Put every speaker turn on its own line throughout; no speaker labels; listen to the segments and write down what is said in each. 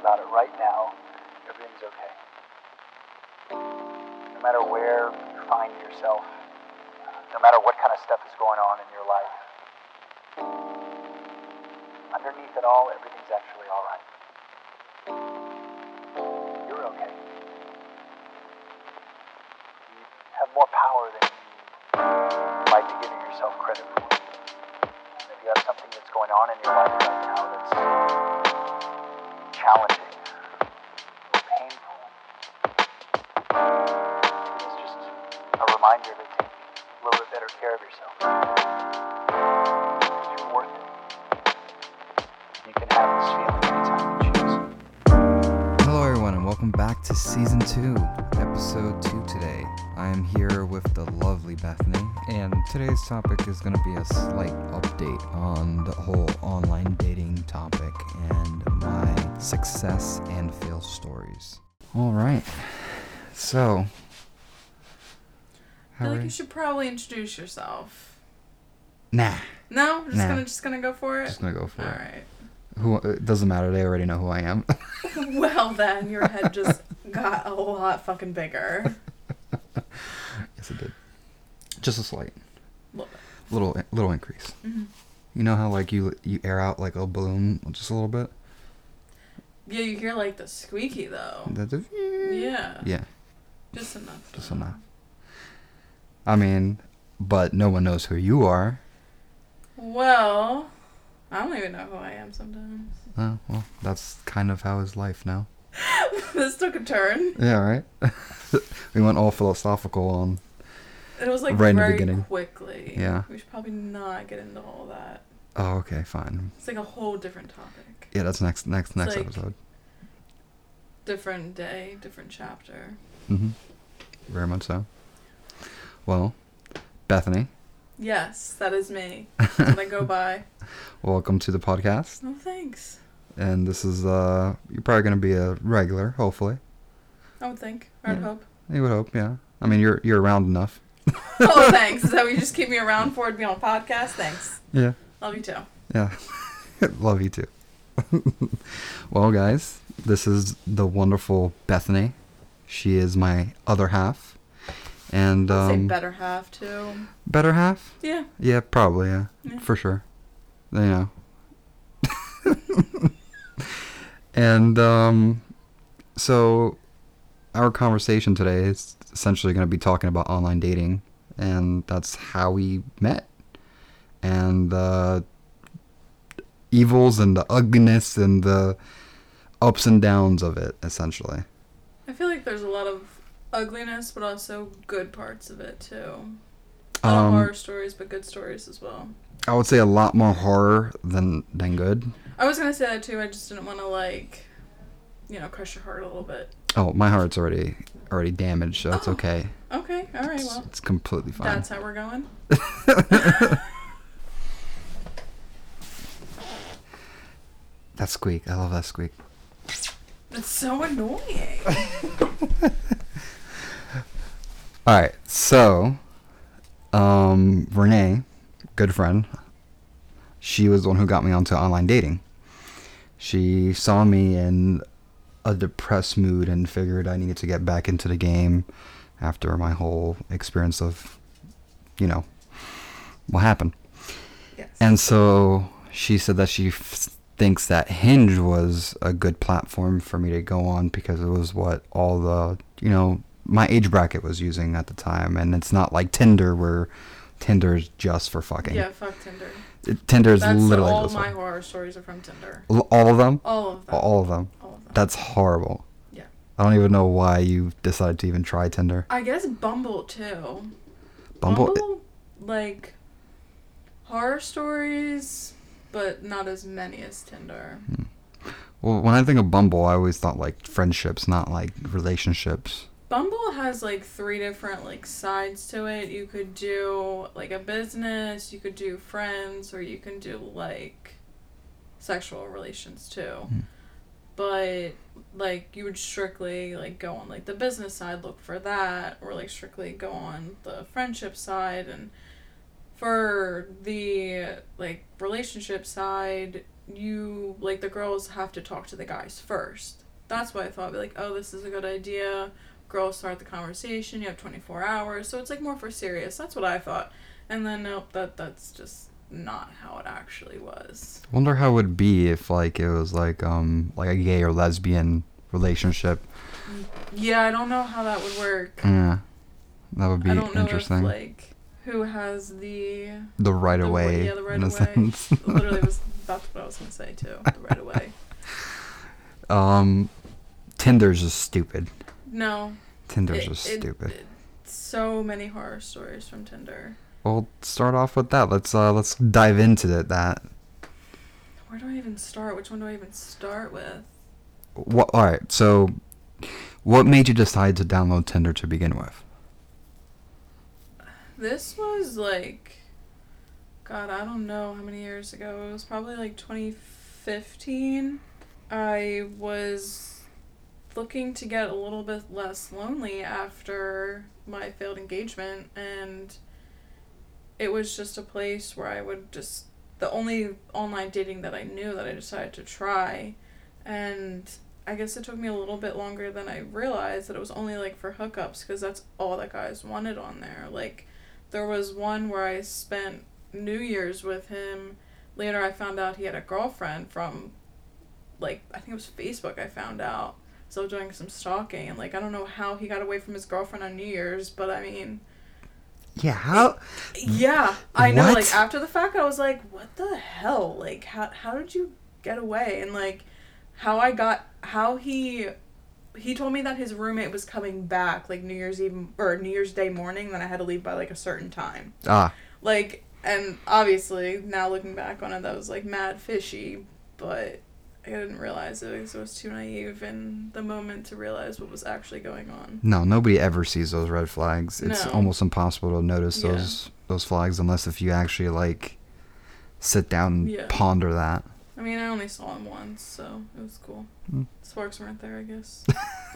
about it right now, everything's okay. No matter where you find yourself, no matter what kind of stuff is going on in your life, underneath it all, everything's actually all right. You're okay. You have more power than you like to give yourself credit for. And if you have something that's going on in your life right now that's challenging or painful, it's just a reminder to take a little bit better care of yourself. 'Cause You're worth it. You can have this feeling anytime you choose.
Hello, everyone, and welcome back to season two, episode two today. I am here with the lovely Bethany, and today's topic is going to be a slight update on the whole online dating topic and my success and fail stories. All right, so.
I
How
feel
are
like
you?
you should probably introduce yourself.
Nah,
No, I'm just
Nah.
gonna just gonna go for it.
just gonna go for
All
it.
right.
Who uh, it doesn't matter. They already know who I am.
Well then, your head just got a lot fucking bigger.
yes, it did. Just a slight.
Look,
little little increase.
Mhm.
You know how like you you air out like a balloon just a little bit.
Yeah, you hear like the squeaky though.
That's it.
Yeah.
Yeah,
Just enough.
just enough. I mean, but no one knows who you are.
Well, I don't even know who I am sometimes.
Uh, well, that's kind of how is life now.
this took a turn.
Yeah, right. we went all philosophical on.
It was like
Right in the
very
beginning.
quickly.
Yeah.
We should probably not get into all that.
Oh, okay, fine.
It's like a whole different topic.
Yeah, that's next next next
like-
episode.
Different day, different chapter.
hmm Very much so. Well, Bethany,
Yes, that is me. That's what I go by.
welcome to the podcast,
No thanks.
and this is uh, you're probably gonna be a regular, hopefully.
I would think. I would
Yeah.
hope.
You would hope, yeah. I mean, you're you're around enough.
Oh, thanks. Is that what you just keep me around for to be on a podcast? Thanks.
Yeah,
Love you too.
yeah. Love you too. well, guys, this is the wonderful Bethany. She is my other half, and
I'd say
um,
better half too.
better half.
Yeah.
Yeah, probably. Yeah,
Yeah.
for sure. You know. and um, so our conversation today is essentially going to be talking about online dating, and that's how we met, and the evils and the ugliness and the ups and downs of it, essentially.
I feel like there's a lot of ugliness, but also good parts of it too. A lot of
Um,
horror stories, but good stories as well.
I would say a lot more horror than than good.
I was gonna say that too. I just didn't want to like, you know, crush your heart a little bit.
Oh, my heart's already already damaged, so it's
Oh.
okay.
Okay. All right.
It's,
Well,
it's completely fine.
that's how we're going.
That squeak. I love that squeak.
That's so annoying.
All right. So, um, Renee, good friend, she was the one who got me onto online dating. She saw me in a depressed mood and figured I needed to get back into the game after my whole experience of, you know, what happened.
yes.
And so she said that she f- thinks that Hinge was a good platform for me to go on because it was what all the, you know, my age bracket was using at the time. And it's not like Tinder where Tinder is just for fucking.
yeah. Fuck Tinder.
It- Tinder is
That's
literally
all
just
my
for-
horror stories are from Tinder.
L- all of them?
All of them.
All of them.
All of them.
That's horrible.
Yeah.
I don't even know why you decided to even try Tinder.
I guess Bumble too.
Bumble?
like horror stories, but not as many as Tinder.
Well, when I think of Bumble, I always thought like friendships, not like relationships.
Bumble has like three different like sides to it. You could do like a business, you could do friends, or you can do like sexual relations too. But like you would strictly like go on like the business side, look for that, or like strictly go on the friendship side and for the like relationship side, you like the girls have to talk to the guys first. That's what I thought. Be like, oh, this is a good idea. Girls start the conversation. You have twenty four hours, so it's like more for serious. That's what I thought. And then nope, that that's just not how it actually was.
Wonder how it would be if like it was like um like a gay or lesbian relationship.
Yeah, I don't know how that would work.
Yeah, that would be
I don't know
interesting.
if like who has the
the right
the-
away,
yeah, the right
in a
away.
sense.
literally was that's what I was gonna say too. The right away.
um, Tinder's just stupid.
No,
Tinder's
It-
just
it-
stupid.
it- so many horror stories from Tinder.
Well, start off with that. Let's uh let's dive into th- that.
Where do I even start? Which one do I even start with?
What? All right. So, what made you decide to download Tinder to begin with?
This was like, God, I don't know how many years ago. It was probably like 2015. I was looking to get a little bit less lonely after my failed engagement, and it was just a place where I would just, the only online dating that I knew that I decided to try. And I guess it took me a little bit longer than I realized that it was only like for hookups because that's all that guys wanted on there. Like, there was one where I spent New Year's with him. Later, I found out he had a girlfriend from, like, I think it was Facebook. I found out. So I was doing some stalking and like I don't know how he got away from his girlfriend on New Year's, but I mean,
Yeah. How?
yeah, I know.
What?
Like after the fact, I was like, "What the hell? Like, how how did you get away?" And like, how I got how he he told me that his roommate was coming back like New Year's Eve or New Year's Day morning. Then I had to leave by like a certain time.
Ah.
Like, and obviously now looking back on it, that was like mad fishy, but I didn't realize it because I was too naive in the moment to realize what was actually going on.
No, nobody ever sees those red flags. It's
No.
almost impossible to notice
Yeah.
those those flags unless if you actually like sit down and
Yeah.
ponder that.
I mean, I only saw him once, so it was cool.
Mm.
Sparks weren't there, I guess.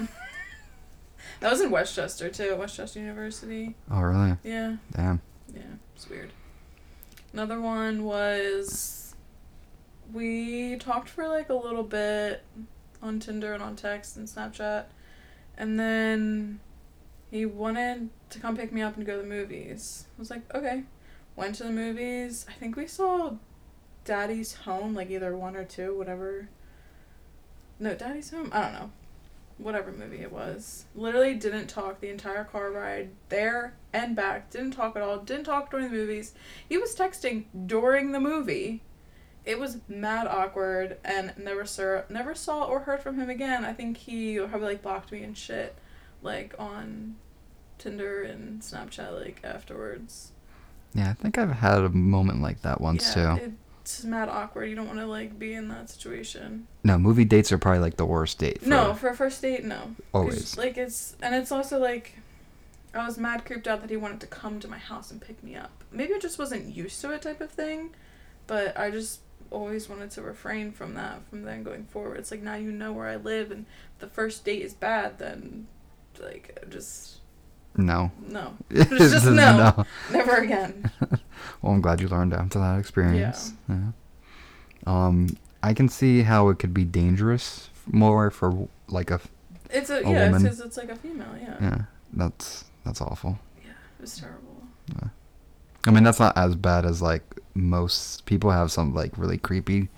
that was in Westchester too, Westchester University.
Oh, really?
Yeah,
Damn.
yeah, it's weird. Another one was we talked for like a little bit on Tinder and on text and Snapchat, and then he wanted to come pick me up and go to the movies. I was like, okay. Went to the movies. I think we saw Daddy's Home, like either one or two, whatever. No, Daddy's Home? I don't know. Whatever movie it was. Literally didn't talk the entire car ride there and back. Didn't talk at all. Didn't talk during the movies. He was texting during the movie. It was mad awkward and never sir never saw or heard from him again. I think he probably like blocked me and shit like on Tinder and Snapchat like afterwards.
Yeah, I think I've had a moment like that once too.
It's mad awkward. You don't want to like be in that situation.
no, movie dates are probably like the worst date. For
No, for a first date, no. 'Cause,
Always.
Like it's and it's also like I was mad creeped out that he wanted to come to my house and pick me up. Maybe I just wasn't used to it type of thing, but I just always wanted to refrain from that from then going forward. It's like now you know where I live and the first date is bad then like just
No.
no. It's just no. Never again.
Well, I'm glad you learned after that experience. Yeah. Um, I can see how it could be dangerous f- more for like a f-
It's a,
A
yeah, it's
woman.
'cause it's like a female, yeah.
yeah. That's that's awful.
Yeah, it was terrible.
I mean, that's not as bad as like most people have some like really creepy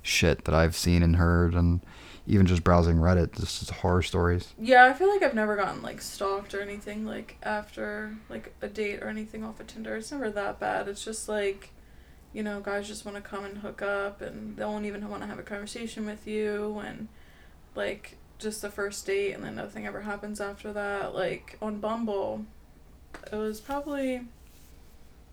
shit that I've seen and heard, and even just browsing Reddit, this is horror stories.
Yeah, I feel like I've never gotten like stalked or anything like after like a date or anything off of Tinder. It's never that bad. It's just like, you know, guys just want to come and hook up and they won't even want to have a conversation with you and like just the first date and then nothing ever happens after that. Like on Bumble, it was probably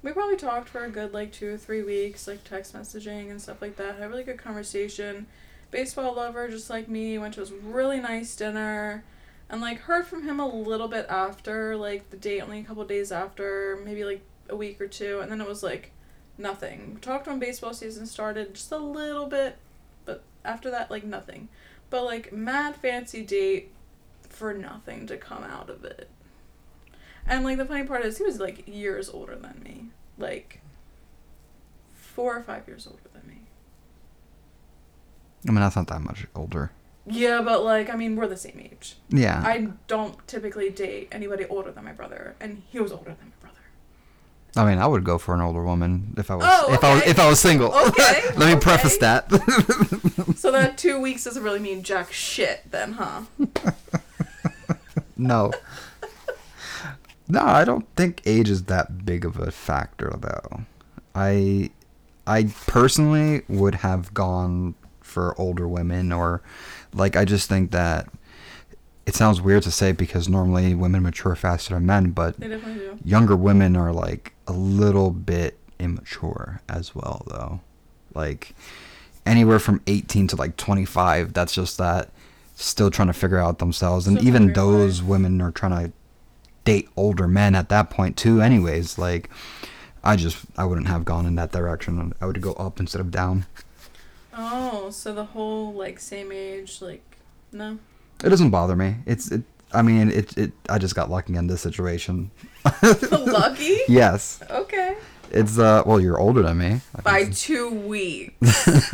we probably talked for a good like two or three weeks, like text messaging and stuff like that. Had a really good conversation. Baseball lover, just like me, went to his really nice dinner and like heard from him a little bit after like the date only a couple days after maybe like a week or two and then it was like nothing talked when baseball season started just a little bit but after that like nothing but like mad fancy date for nothing to come out of it and like the funny part is he was like years older than me like four or five years older than me
I mean, that's not that much older.
Yeah, but like I mean, we're the same age.
Yeah. I,
I don't typically date anybody older than my brother, and he was older than my brother.
mean, I would go for an older woman if I was
Oh,
if I was
okay.
if I was single.
Okay,
Let me preface
okay.
that.
So that two weeks doesn't really mean jack shit, then, huh?
no. No, I don't think age is that big of a factor though. I I personally would have gone for older women or like I just think that it sounds weird to say because normally women mature faster than men, but
They definitely do.
younger women are like a little bit immature as well though like anywhere from 18 to like 25 that's just that still trying to figure out themselves and
Still
even
figuring out
those women are trying to date older men at that point too anyways like i just i wouldn't have gone in that direction i would go up instead of down
Oh, so the whole like same age, like no.
it doesn't bother me it's it i mean it it i just got lucky in this situation
Lucky?
yes
Okay.
it's uh well you're older than me I
By
guess.
two weeks.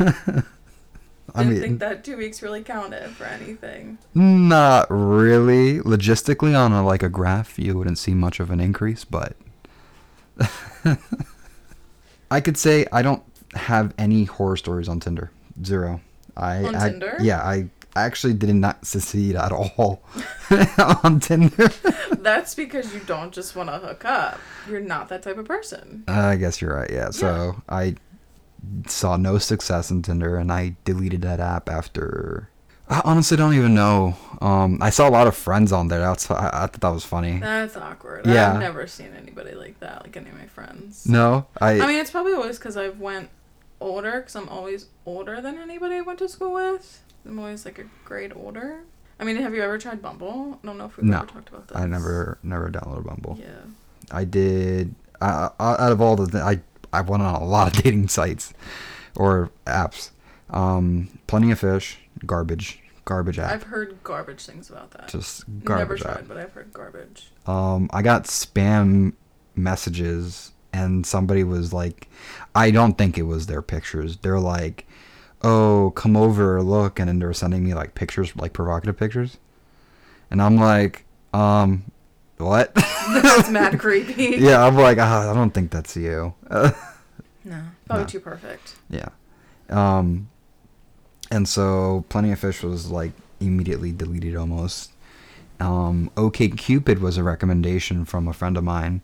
i
didn't
mean
think that two weeks really counted for anything.
Not really. Logistically, on a, like a graph, you wouldn't see much of an increase, but I could say I don't have any horror stories on Tinder. Zero. I,
On
I-
Tinder?
Yeah, I actually did not succeed at all on Tinder.
That's because you don't just want to hook up. You're not that type of person.
I guess you're right. Yeah. So I saw no success in Tinder, and I deleted that app after. I honestly don't even know. Um, I saw a lot of friends on there. That's I, I thought that was funny.
That's awkward.
Yeah.
I've never seen anybody like that, like any of my friends.
No, I.
I mean, it's probably always because I've went older, because I'm always older than anybody I went to school with. I'm always like a grade older. I mean, have you ever tried Bumble? I don't know if we've
No.
ever talked about this.
I never never downloaded Bumble.
Yeah.
I did uh, out of all the th- I I went on a lot of dating sites or apps. Um, plenty of fish, garbage, garbage app,
I've heard garbage things about that.
just
never
garbage
tried,
app.
but I've heard garbage.
Um, I got spam messages and somebody was like, I don't think it was their pictures. They're like, oh, come over, look, and then they were sending me like pictures, like provocative pictures, and I'm like, um, what?
That's mad creepy.
yeah, I'm like, ah, I don't think that's you.
No.
No.
Probably too perfect.
yeah. Um, and so Plenty of Fish was like immediately deleted almost. Um, OK Cupid was a recommendation from a friend of mine,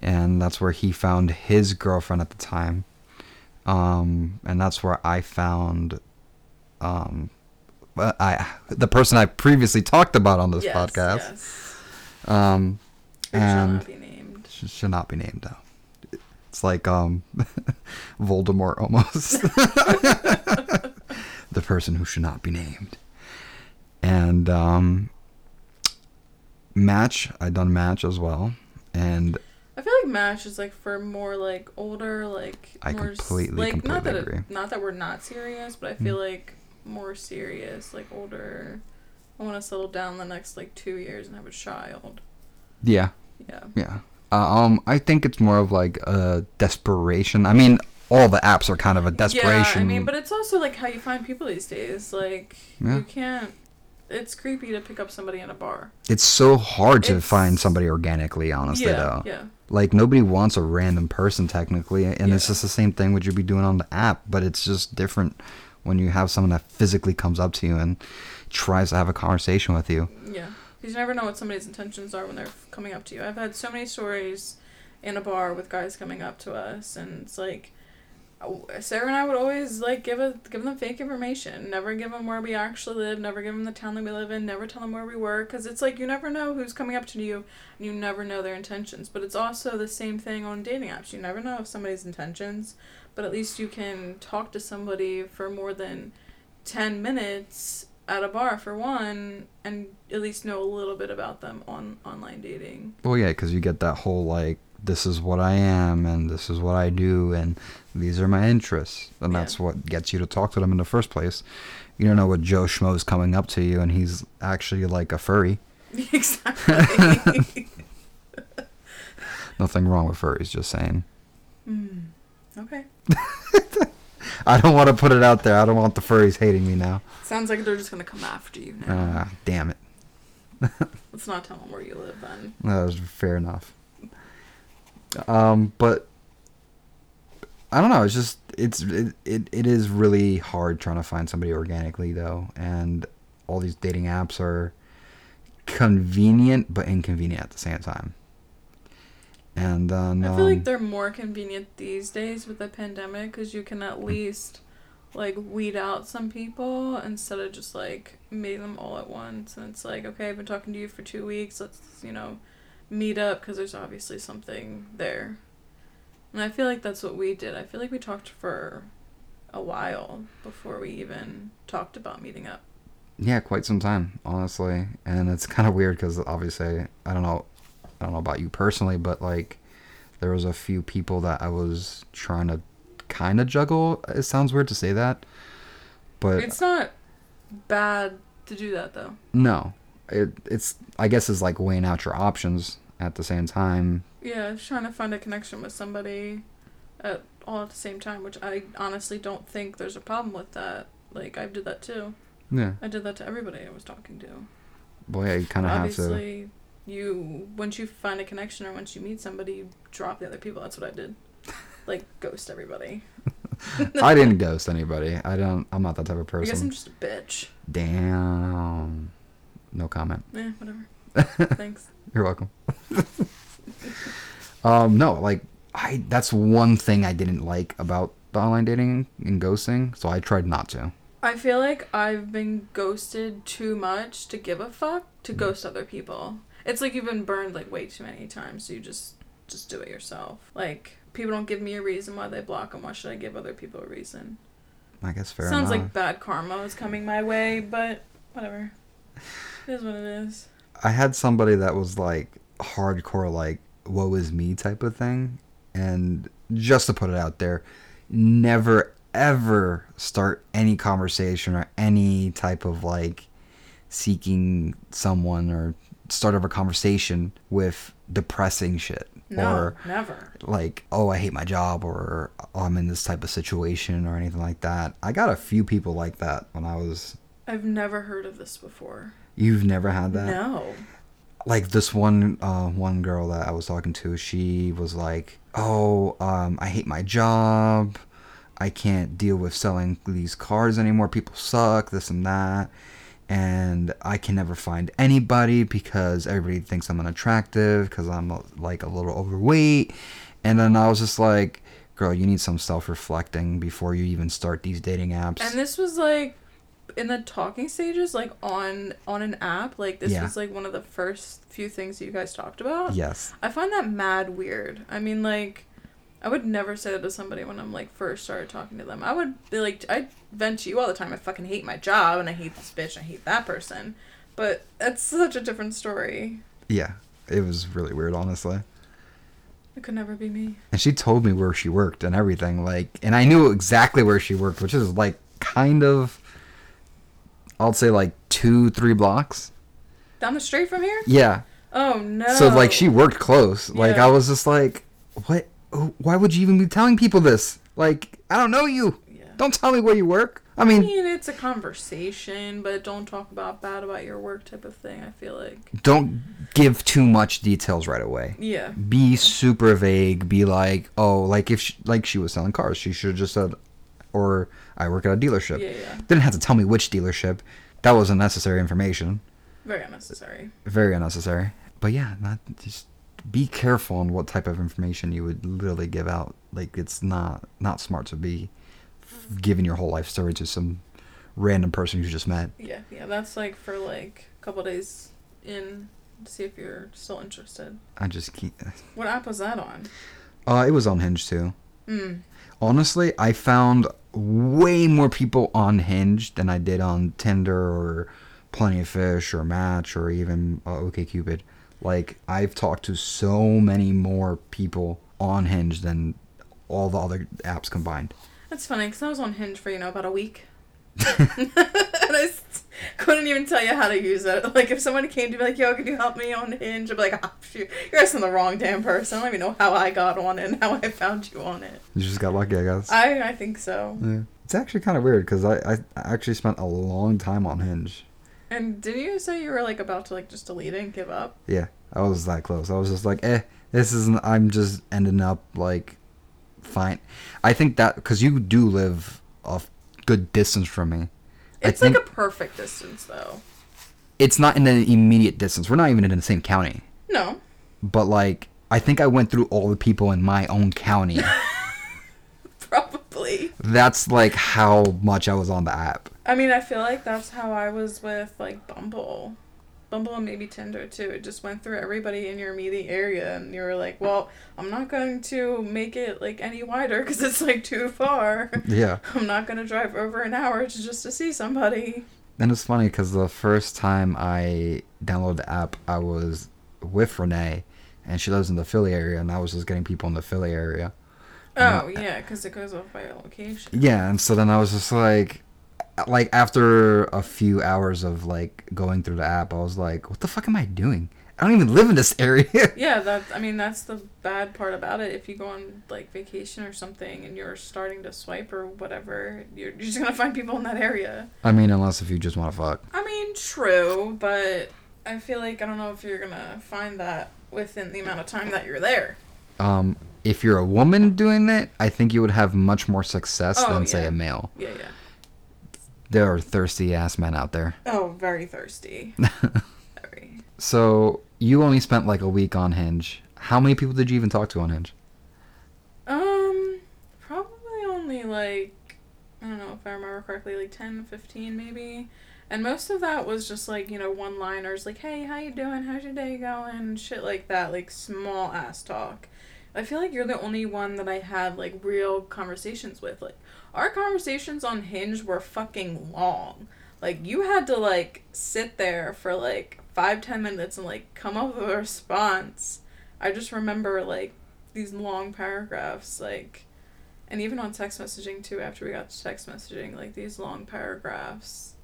and that's where he found his girlfriend at the time. Um, and that's where I found, um, uh, I the person I previously talked about on this
yes,
podcast.
Yes.
Um,
It shall
and
not be named.
Sh- should not be named though. It's like um, Voldemort almost. the person who should not be named. And um, match, I done match as well, and
I feel like Mash is like for more like older, like
I
more s-
completely,
like not
completely
that
agree. Mm.
It, not that we're not serious, but I feel like more serious, like older. I want to settle down the next like two years and have a child.
yeah,
Yeah,
yeah. Uh, um, I think it's more of like a desperation. I mean, all the apps are kind of a desperation.
Yeah, I mean, but it's also like how you find people these days. Like
Yeah.
you can't. It's creepy to pick up somebody in a bar.
it's so hard to
it's-
find somebody organically, honestly
yeah,
though.
yeah.
like nobody wants a random person technically and it's
Yeah.
just the same thing what you'd be doing on the app but it's just different when you have someone that physically comes up to you and tries to have a conversation with you
Yeah, because you never know what somebody's intentions are when they're f- coming up to you. I've had so many stories in a bar with guys coming up to us, and it's like w- Sarah and I would always like give a give them fake information. Never give them where we actually live. Never give them the town that we live in. Never tell them where we were, because it's like you never know who's coming up to you, and you never know their intentions. But it's also the same thing on dating apps. You never know if somebody's intentions, but at least you can talk to somebody for more than 10 minutes at a bar for one and at least know a little bit about them on online dating.
well yeah because you get that whole like this is what i am and this is what i do and these are my interests and
Yeah.
that's what gets you to talk to them in the first place you don't know what joe schmo's coming up to you and he's actually like a furry
exactly.
nothing wrong with furries just saying
Hmm. okay.
I don't want to put it out there. I don't want the furries hating me now.
Sounds like they're just gonna come after you now.
Ah, damn it.
Let's not tell them where you live then.
That was fair enough. Um, but I don't know. It's just it's it, it it is really hard trying to find somebody organically though, and all these dating apps are convenient but inconvenient at the same time. And then
I feel
um,
like they're more convenient these days with the pandemic because you can at least like weed out some people instead of just like meeting them all at once. And it's like, okay, I've been talking to you for two weeks. Let's you know meet up because there's obviously something there. And I feel like that's what we did. I feel like we talked for a while before we even talked about meeting up.
Yeah, quite some time, honestly. And it's kind of weird because obviously, I don't know, I don't know about you personally, but like, there was a few people that I was trying to kind of juggle. It sounds weird to say that, but
It's not bad to do that though.
no, it, it's I guess it's like weighing out your options at the same time.
Yeah, just trying to find a connection with somebody at all at the same time, which I honestly don't think there's a problem with that. Like I did that too.
Yeah,
I did that to everybody I was talking to.
well, yeah, you kind of have to.
Obviously, you once you find a connection or once you meet somebody, you drop the other people. That's what I did. Like ghost everybody.
I didn't ghost anybody. I don't. I'm not that type of
I guess I'm
person.
just a bitch.
Damn. No comment.
Eh, whatever. Thanks.
You're welcome. um, no, like I that's one thing I didn't like about the online dating and ghosting, so I tried not to.
I feel like I've been ghosted too much to give a fuck
Mm-hmm.
to ghost other people. It's like you've been burned like way too many times, so you just just do it yourself. Like people don't give me a reason why they block them. Why should I give other people a reason?
I guess fair
Sounds
enough.
like bad karma is coming my way, but whatever. It is what it is.
I had somebody that was like hardcore like woe is me type of thing and just to put it out there, never ever start any conversation or any type of like seeking someone or start of a conversation with depressing shit
No,
or
never.
like, oh, I hate my job or oh, I'm in this type of situation or anything like that. I got a few people like that when I was.
I've never heard of this before.
You've never had that?
No.
Like this one uh, one girl that I was talking to, she was like, oh, um, I hate my job. I can't deal with selling these cars anymore. People suck, this and that. And I can never find anybody because everybody thinks I'm unattractive because I'm uh, like a little overweight. And then I was just like, girl, you need some self reflecting before you even start these dating apps.
And this was like in the talking stages, like on on an app. Like this
Yeah.
was like one of the first few things that you guys talked about.
yes.
I find that mad weird. I mean, like, I would never say that to somebody when I'm like first started talking to them. I would be like, I vent to you all the time. I fucking hate my job and I hate this bitch and I hate that person. But that's such a different story.
Yeah. It was really weird, honestly.
It could never be me.
And she told me where she worked and everything. Like, and I knew exactly where she worked, which is like kind of, I'll say like two, three blocks.
Down the street from here?
Yeah.
Oh no.
So like she worked close. Like
Yeah.
I was just like, what? who- Why would you even be telling people this? Like I don't know you.
Yeah.
Don't tell me where you work. I
I
mean,
mean, it's a conversation, but don't talk about bad about your work type of thing. I feel like.
don't give too much details right away.
Yeah.
Be super vague. Be like, oh, like if she, like she was selling cars, she should have just said, or I work at a dealership.
Yeah, yeah.
Didn't have to tell me which dealership. That was unnecessary information.
Very unnecessary.
Very unnecessary. But yeah, not just be careful on what type of information you would literally give out. Like it's not not smart to be giving your whole life story to some random person you just met.
Yeah, yeah. That's like for like a couple days in to see if you're still interested.
I just keep.
What app was that on?
Uh, it was on Hinge too.
Mm.
Honestly, I found way more people on Hinge than I did on Tinder or Plenty of Fish or Match or even uh, OkCupid. Like I've talked to so many more people on Hinge than all the other apps combined.
That's funny because I was on Hinge for you know about a week, and I s- couldn't even tell you how to use it. Like if someone came to me like, "Yo, can you help me on Hinge?" I'd be like, oh, shoot, "You're asking the wrong damn person. I don't even know how I got on it and how I found you on it."
You just got lucky, I guess.
I I think so.
yeah. It's actually kind of weird because I, I actually spent a long time on Hinge.
And did you say you were like about to like just delete it and give up?
Yeah, I was that close. I was just like, eh, this isn't. I'm just ending up like, fine. I think that because you do live a good distance from me. I
It's like
think-
a perfect distance though.
It's not in an immediate distance. We're not even in the same county.
No.
But like, I think I went through all the people in my own county.
Probably.
That's like how much I was on the app.
I mean, I feel like that's how I was with like Bumble. Bumble and maybe Tinder too. It just went through everybody in your immediate area, and you were like, "Well, I'm not going to make it like any wider because it's like too far.
Yeah.
I'm not going to drive over an hour to just to see somebody."
And it's funny because the first time I downloaded the app, I was with Renee, and she lives in the Philly area, and I was just getting people in the Philly area.
Oh yeah, because it goes off by location.
Yeah, and so then I was just like, like after a few hours of like going through the app, I was like, what the fuck am I doing? I don't even live in this area.
Yeah, that I mean that's the bad part about it. If you go on like vacation or something and you're starting to swipe or whatever, you're, you're just gonna find people in that area.
I mean, unless if you just want to fuck.
I mean, true, but I feel like I don't know if you're gonna find that within the amount of time that you're there.
Um, if you're a woman doing that, I think you would have much more success
Oh,
than say
yeah.
a male.
Yeah, yeah.
There are thirsty ass men out there.
Oh, very thirsty. very.
So you only spent like a week on Hinge. How many people did you even talk to on Hinge?
Um, probably only like I don't know if I remember correctly, like 10, 15 maybe. And most of that was just like you know one liners like Hey, how you doing? How's your day going? Shit like that, like small ass talk. I feel like you're the only one that I had like real conversations with. Like our conversations on Hinge were fucking long. Like you had to like sit there for like five ten minutes and like come up with a response. I just remember like these long paragraphs like, and even on text messaging too. After we got to text messaging, like these long paragraphs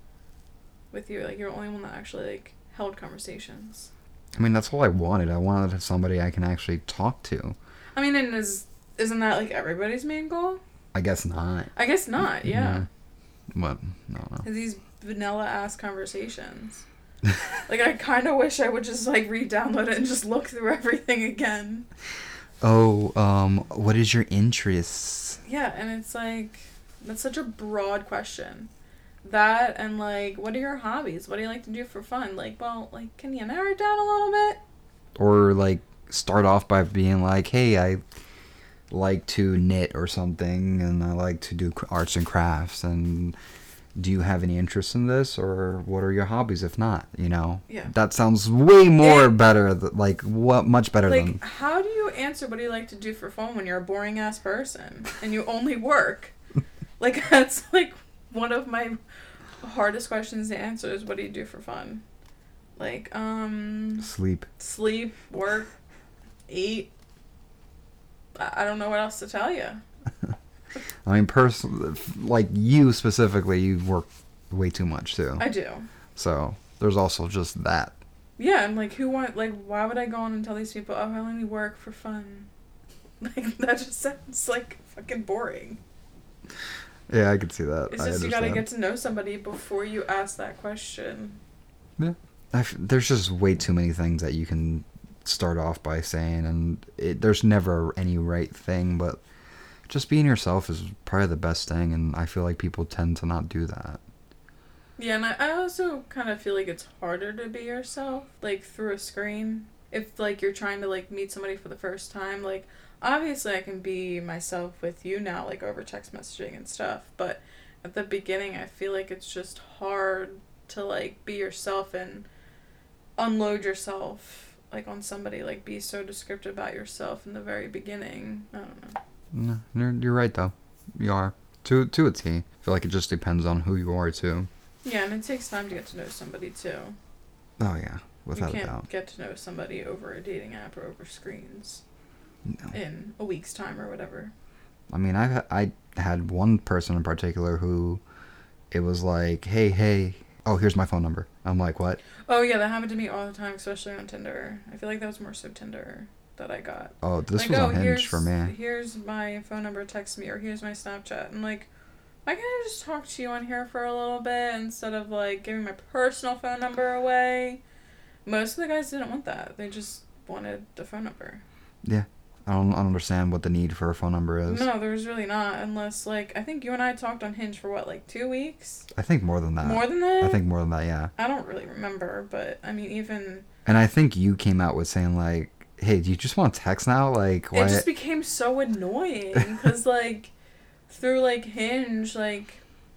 with you. Like you're the only one that actually like held conversations.
I mean, that's all I wanted. I wanted somebody I can actually talk to.
I mean, and is isn't that like everybody's main goal?
I guess not.
I guess not. yeah.
But no, no.
these vanilla ass conversations. like I kind of wish I would just like re-download it and just look through everything again.
Oh, um, what is your interest?
Yeah, and it's like that's such a broad question. That and like, what are your hobbies? What do you like to do for fun? Like, well, like, can you narrow it down a little bit?
Or like start off by being like, hey, I like to knit or something, and I like to do cr- arts and crafts, and do you have any interest in this, or what are your hobbies? If not, you know,
Yeah.
that sounds way more
Yeah.
better. th- Like what much better than
Like, how do you answer what do you like to do for fun when you're a boring ass person and you only work? like that's like one of my hardest questions to answer is what do you do for fun? Like, um
sleep.
sleep, work, eat. I I don't know what else to tell you.
I mean, person like you specifically, you work way too much too.
I do.
So there's also just that.
Yeah, I'm like, who want? Like, why would I go on and tell these people, oh, I only work for fun? Like, that just sounds like fucking boring.
Yeah, I could see that.
It's
I
just you gotta
understand.
get to know somebody before you ask that question.
I f- there's just way too many things that you can start off by saying, and it, there's never any right thing, but just being yourself is probably the best thing, and I feel like people tend to not do that.
Yeah, and I, I also kind of feel like it's harder to be yourself, like through a screen. If like you're trying to like meet somebody for the first time, like obviously I can be myself with you now, like over text messaging and stuff. But at the beginning, I feel like it's just hard to like be yourself and unload yourself like on somebody, like be so descriptive about yourself in the very beginning. I don't know.
No, you're, you're right though. You are to to a T. I feel like it just depends on who you are too.
Yeah, and it takes time to get to know somebody too.
Oh yeah, without
you
a
can't
doubt.
get to know somebody over a dating app or over screens
No.
in a week's time or whatever.
I mean, I I had one person in particular who it was like, hey, hey, oh, here's my phone number. I'm like, what?
Oh yeah, that happened to me all the time, especially on Tinder. I feel like that was more so Tinder that I got.
Oh, this
like,
was
oh,
on Hinge for
here's-
me.
Here's my phone number, text me, or here's my Snapchat. And like, I kind of just talk to you on here for a little bit instead of like giving my personal phone number away. Most of the guys didn't want that. They just wanted the phone number.
I don't, I don't understand what the need for a phone number is.
No, there was really not, unless like I think you and I talked on Hinge for what like two weeks,
I think more than that.
more than that.
Uh, I think more than that, yeah.
I don't really remember, but I mean even
And I think you came out with saying like, "Hey, do you just want to text now?" Like,
it
why?
just became so annoying because like through like hinge like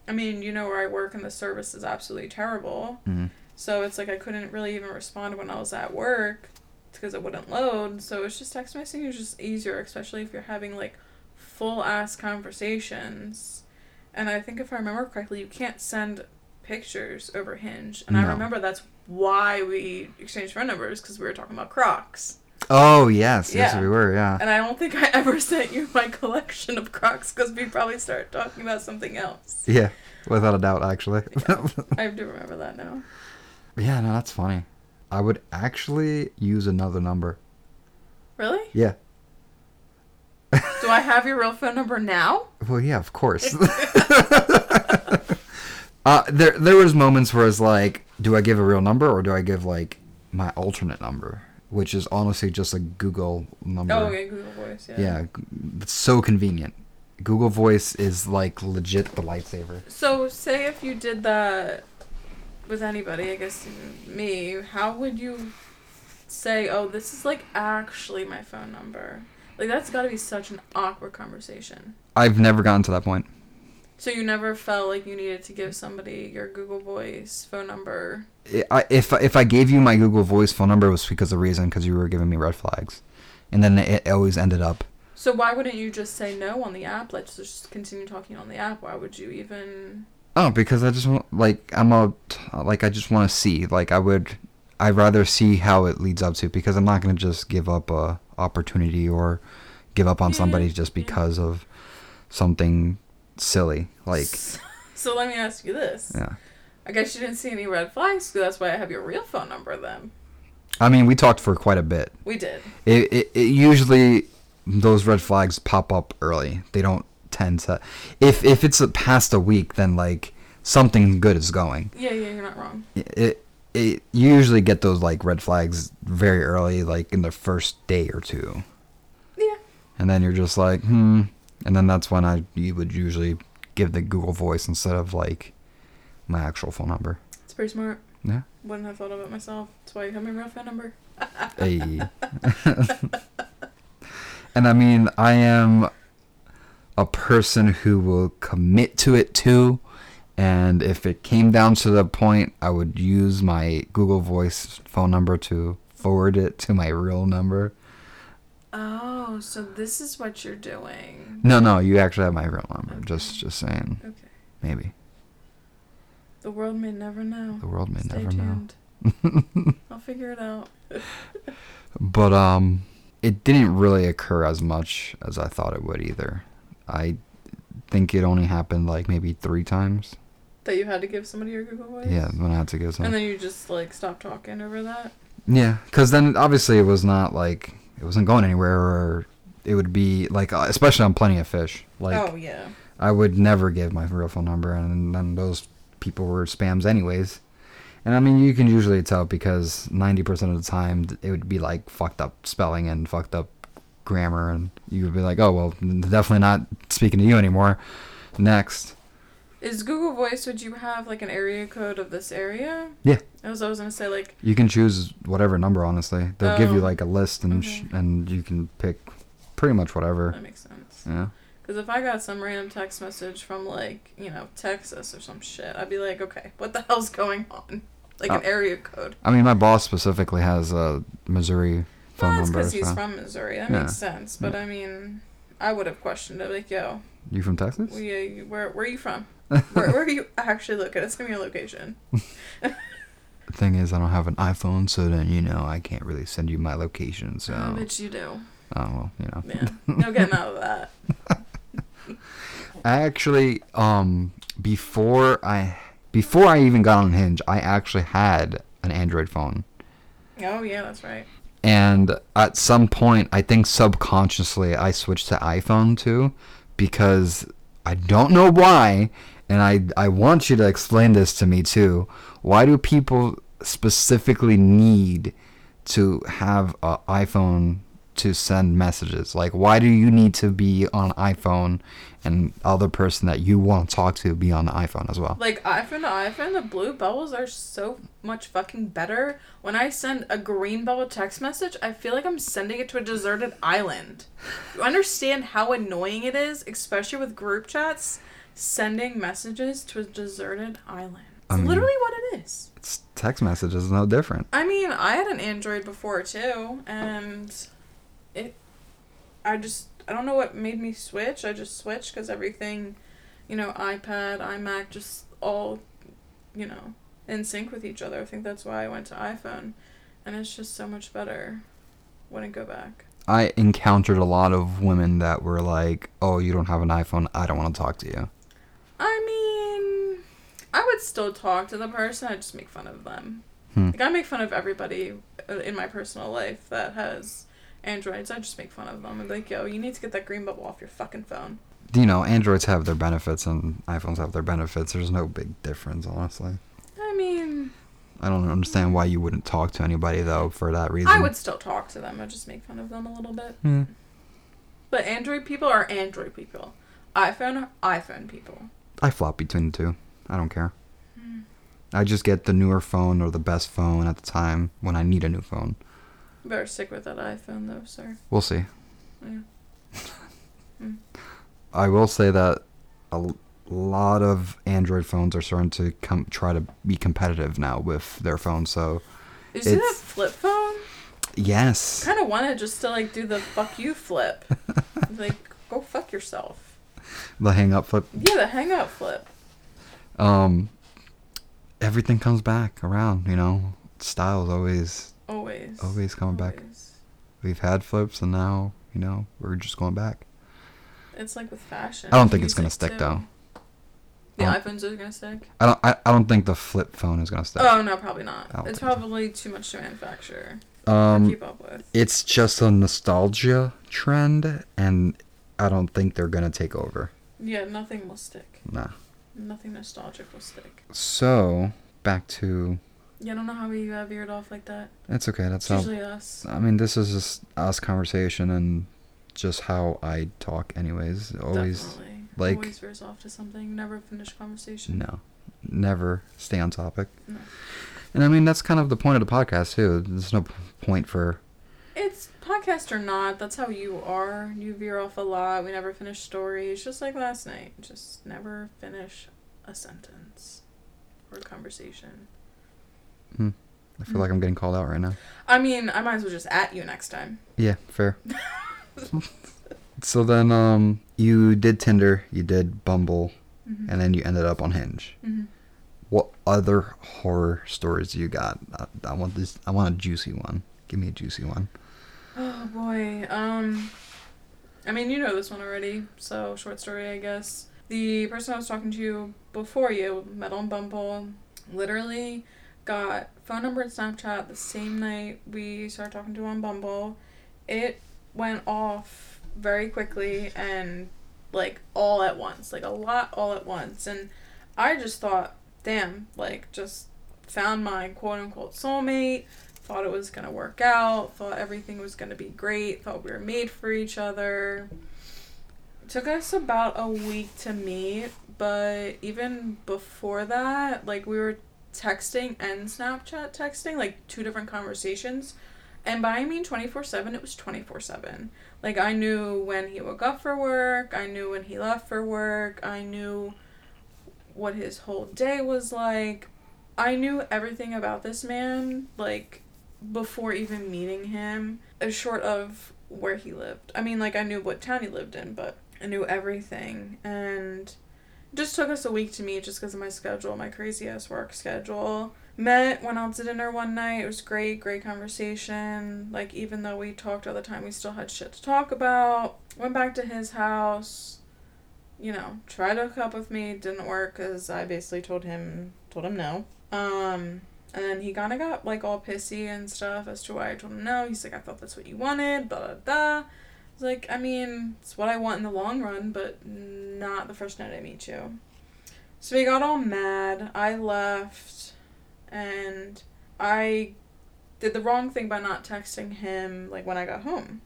i mean you know where i work and the service is absolutely terrible
Mhm.
so it's like i couldn't really even respond when i was at work because it wouldn't load so it's just text messaging is just easier especially if you're having like full ass conversations and i think if i remember correctly you can't send pictures over hinge and
No.
i remember that's why we exchanged phone numbers because we were talking about crocs
oh yes, yes
Yeah.
we were, yeah.
and I don't think I ever sent you my collection of Crocs because we probably started talking about something else.
Yeah, without a doubt, actually.
I do remember that now.
yeah, no, that's funny. I would actually use another number.
Really?
Yeah.
Do I have your real phone number now?
Well, yeah, of course. uh, there, there was moments where it's like, do I give a real number or do I give like my alternate number, which is honestly just a Google number.
Oh, okay, Google Voice. Yeah.
Yeah, g- it's so convenient. Google Voice is like legit the lifesaver.
So, say if you did that with anybody, I guess me, how would you say, "Oh, this is like actually my phone number"? Like that's got to be such an awkward conversation.
I've never gotten to that point.
So you never felt like you needed to give somebody your Google Voice phone number
I, if if I gave you my Google Voice phone number, it was because of reason because you were giving me red flags, and then it always ended up.
So why wouldn't you just say no on the app? Let's just continue talking on the app. Why would you even?
Oh, because I just want like I'm a like I just want to see like I would I'd rather see how it leads up to because I'm not gonna just give up a opportunity or give up on
Yeah,
somebody just
yeah.
because of something silly like
So let me ask you this.
Yeah.
I guess you didn't see any red flags, so that's why I have your real phone number. Then
I mean we talked for quite a bit.
we did.
It, it, it usually those red flags pop up early. They don't tend to. If if it's a, past a week, then like something good is going.
Yeah, yeah, you're not wrong.
It it you usually get those like red flags very early, like in the first day or two,
Yeah.
and then you're just like hmm. And then that's when I you would usually give the Google Voice instead of like my actual phone number.
It's pretty smart.
Yeah.
Wouldn't have thought of it myself. That's why you have my real phone number.
Hey. and I mean, I am a person who will commit to it too. And if it came down to the point, I would use my Google Voice phone number to forward it to my real number.
Oh, so this is what you're doing.
No, no, you actually have my real number. Just, just saying.
Okay.
Maybe
The world may never know.
the world may
Stay
never know.
tuned. I'll figure it out.
But um, it didn't really occur as much as I thought it would either. I think it only happened like maybe three times.
That you had to give somebody your Google Voice.
Yeah, when I had to go
And
something.
then you just like stop talking over that.
Yeah, because then obviously it was not like it wasn't going anywhere, or it would be like uh, especially on Plenty of Fish. Like
oh yeah.
I would never give my real phone number, and then those people were spams anyways. And I mean, you can usually tell because ninety percent of the time th- it would be like fucked up spelling and fucked up grammar, and you would be like, oh well, n- definitely not speaking to you anymore. Next,
Is Google Voice, would you have like an area code of this area?
Yeah.
I was, I was going to say, like,
you can choose whatever number. Honestly, they'll give you
Oh,
like a list, and sh- and you can pick pretty much whatever.
that makes sense.
Yeah.
Because if I got some random text message from, like, you know, Texas or some shit, I'd be like, okay, what the hell's going on? Like
Oh.
an area code.
I mean, my boss specifically has a Missouri phone
Well, that's
number.
because he's
so-
from Missouri. That
Yeah.
makes sense. But I mean, I would have questioned it. Like, yo,
You from Texas?
where, you- where, where are you from? where, where are you actually located? Send me your location.
The thing is, I don't have an iPhone, so then you know I can't really send you my location. So,
Oh, bitch, you do.
oh well, you know.
Yeah. No getting out of that.
I actually, um, before I Before I even got on Hinge, I actually had an Android phone.
Oh yeah, that's right.
And at some point, I think subconsciously, I switched to iPhone too because I don't know why. And I, I want you to explain this to me too. Why do people specifically need to have an iPhone to send messages? Like, why do you need to be on iPhone and other person that you want to talk to be on the iPhone as well?
Like iPhone to iPhone, the blue bubbles are so much fucking better. When I send a green bubble text message, I feel like I'm sending it to a deserted island. You understand how annoying it is, especially with group chats, sending messages to a deserted island. It's
I mean-
literally what it is.
It's text messages, no different.
I mean, I had an Android before too, and it. I just I don't know what made me switch. I just switched because everything, you know, iPad, iMac, just all, you know, in sync with each other. I think that's why I went to iPhone, and it's just so much better. Wouldn't go back.
I encountered a lot of women that were like, "Oh, you don't have an iPhone. I don't want to talk to you."
I mean, I would still talk to the person. I just make fun of them.
Hmm.
Like I make fun of everybody uh, in my personal life that has androids. I just make fun of them and be like, yo, you need to get that green bubble off your fucking phone.
You know, Androids have their benefits and iPhones have their benefits. There's no big difference, honestly.
I mean,
I don't understand why you wouldn't talk to anybody though for that reason.
I would still talk to them. I just make fun of them a little bit.
Hmm.
But android people are android people. iPhone are iPhone people.
I flop between the two. I don't care.
Hmm.
I just get the newer phone or the best phone at the time when I need a new phone.
You better stick with that iPhone though, sir.
We'll see.
Yeah.
I will say that a l- lot of Android phones are starting to come try to be competitive now with their phones. So
Did you see that
It's-
flip phone?
yes,
Kind of wanted just to like do the fuck you flip. like go fuck yourself.
the hang up flip.
Yeah, the hang up flip.
Um, everything comes back around. You know, styles always
Always.
always coming back.
Always.
We've had flips, and now you know we're just going back.
It's like with fashion.
I don't think it's gonna
music,
stick, though.
The
I
iPhones are gonna stick.
I don't. I, I don't think the flip phone is gonna stick.
Oh no, probably not.
I don't
It's
think so.
probably too much to manufacture or
um,
keep up with.
it's just a nostalgia trend, and I don't think they're gonna take over.
Yeah, nothing will stick.
Nah.
Nothing nostalgic will stick.
So back to
Yeah, I don't know how we uh, veered off like that.
That's okay. That's
It's
how.
usually us.
I mean, this is just us conversation and just how I talk, anyways. Always.
Definitely.
like-
always veers off to something. Never finish conversation.
No. Never stay on topic.
No.
And I mean, that's kind of the point of the podcast, too. There's no p- point for.
It's podcast or not. That's how you are. You veer off a lot. We never finish stories. Just like last night. Just never finish a sentence or a conversation.
I feel like I'm getting called out right now.
I mean, I might as well just at you next time.
Yeah, fair. so then, um, you did Tinder, you did Bumble,
Mhm.
and then you ended up on Hinge.
Mhm.
What other horror stories you got? I, I want this. I want a juicy one. Give me a juicy one.
Oh boy. Um I mean, you know this one already, so short story, I guess. The person I was talking to before you, met on Bumble, literally got phone number and Snapchat the same night we started talking to on Bumble. It went off very quickly and like all at once, like a lot all at once. And I just thought, damn, like just found my quote unquote soulmate thought it was gonna work out, thought everything was gonna be great, thought we were made for each other. It took us about a week to meet, but even before that, like we were texting and Snapchat texting, like two different conversations. And by I mean 24 7, it was 24 7. Like I knew when he woke up for work, I knew when he left for work, I knew what his whole day was like. I knew everything about this man, like, before even meeting him, uh, short of where he lived. I mean, like, I knew what town he lived in, but I knew everything. And it just took us a week to meet just because of my schedule, my crazy ass work schedule. Met, went out to dinner one night. It was great, great conversation. Like, even though we talked all the time, we still had shit to talk about. Went back to his house. You know, tried to hook up with me, didn't work because I basically told him told him no. Um, and then he kind of got like all pissy and stuff as to why I told him no. He's like, I thought that's what you wanted, blah blah blah. I was like, I mean, it's what I want in the long run, but not the first night I meet you. So he got all mad. I left, and I did the wrong thing by not texting him like when I got home.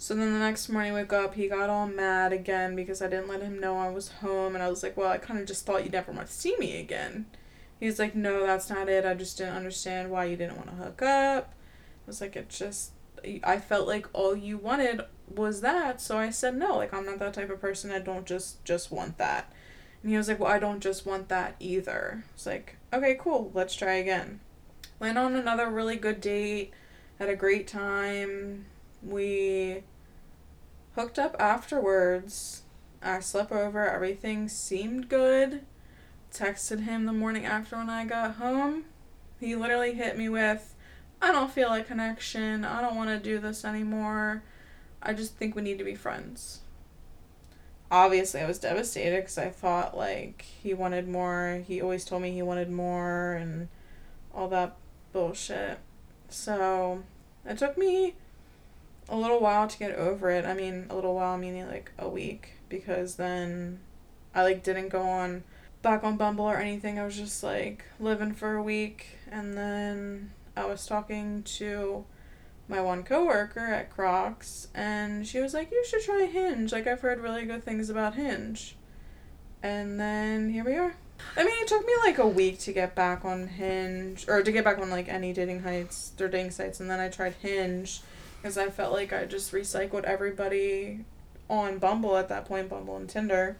So then the next morning, I wake up. He got all mad again because I didn't let him know I was home, and I was like, "Well, I kind of just thought you'd never want to see me again." He's like, "No, that's not it. I just didn't understand why you didn't want to hook up." I was like, "It just, I felt like all you wanted was that, so I said no. Like I'm not that type of person. I don't just just want that." And he was like, "Well, I don't just want that either." It's like, "Okay, cool. Let's try again." Went on another really good date. Had a great time. We hooked up afterwards. I slept over. Everything seemed good. Texted him the morning after when I got home. He literally hit me with, I don't feel a connection. I don't want to do this anymore. I just think we need to be friends. Obviously, I was devastated because I thought, like, he wanted more. He always told me he wanted more and all that bullshit. So, it took me a little while to get over it. I mean, a little while meaning like a week because then I like didn't go on back on Bumble or anything. I was just like living for a week and then I was talking to my one coworker at Crocs and she was like, "You should try Hinge. Like I've heard really good things about Hinge." And then here we are. I mean, it took me like a week to get back on Hinge or to get back on like any dating heights or dating sites and then I tried Hinge because I felt like I just recycled everybody on Bumble at that point, Bumble and Tinder.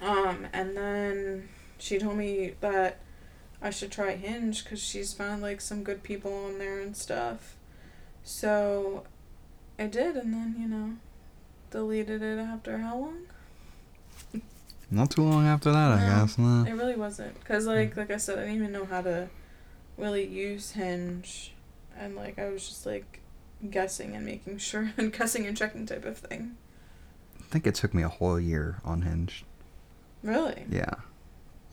Um, and then she told me that I should try Hinge because she's found like some good people on there and stuff. So I did, and then you know, deleted it after how long?
Not too long after that, I
No,
guess. No.
It really wasn't because like like I said, I didn't even know how to really use Hinge, and like I was just like guessing and making sure and guessing and checking type of thing.
I think it took me a whole year on Hinge.
Really?
Yeah,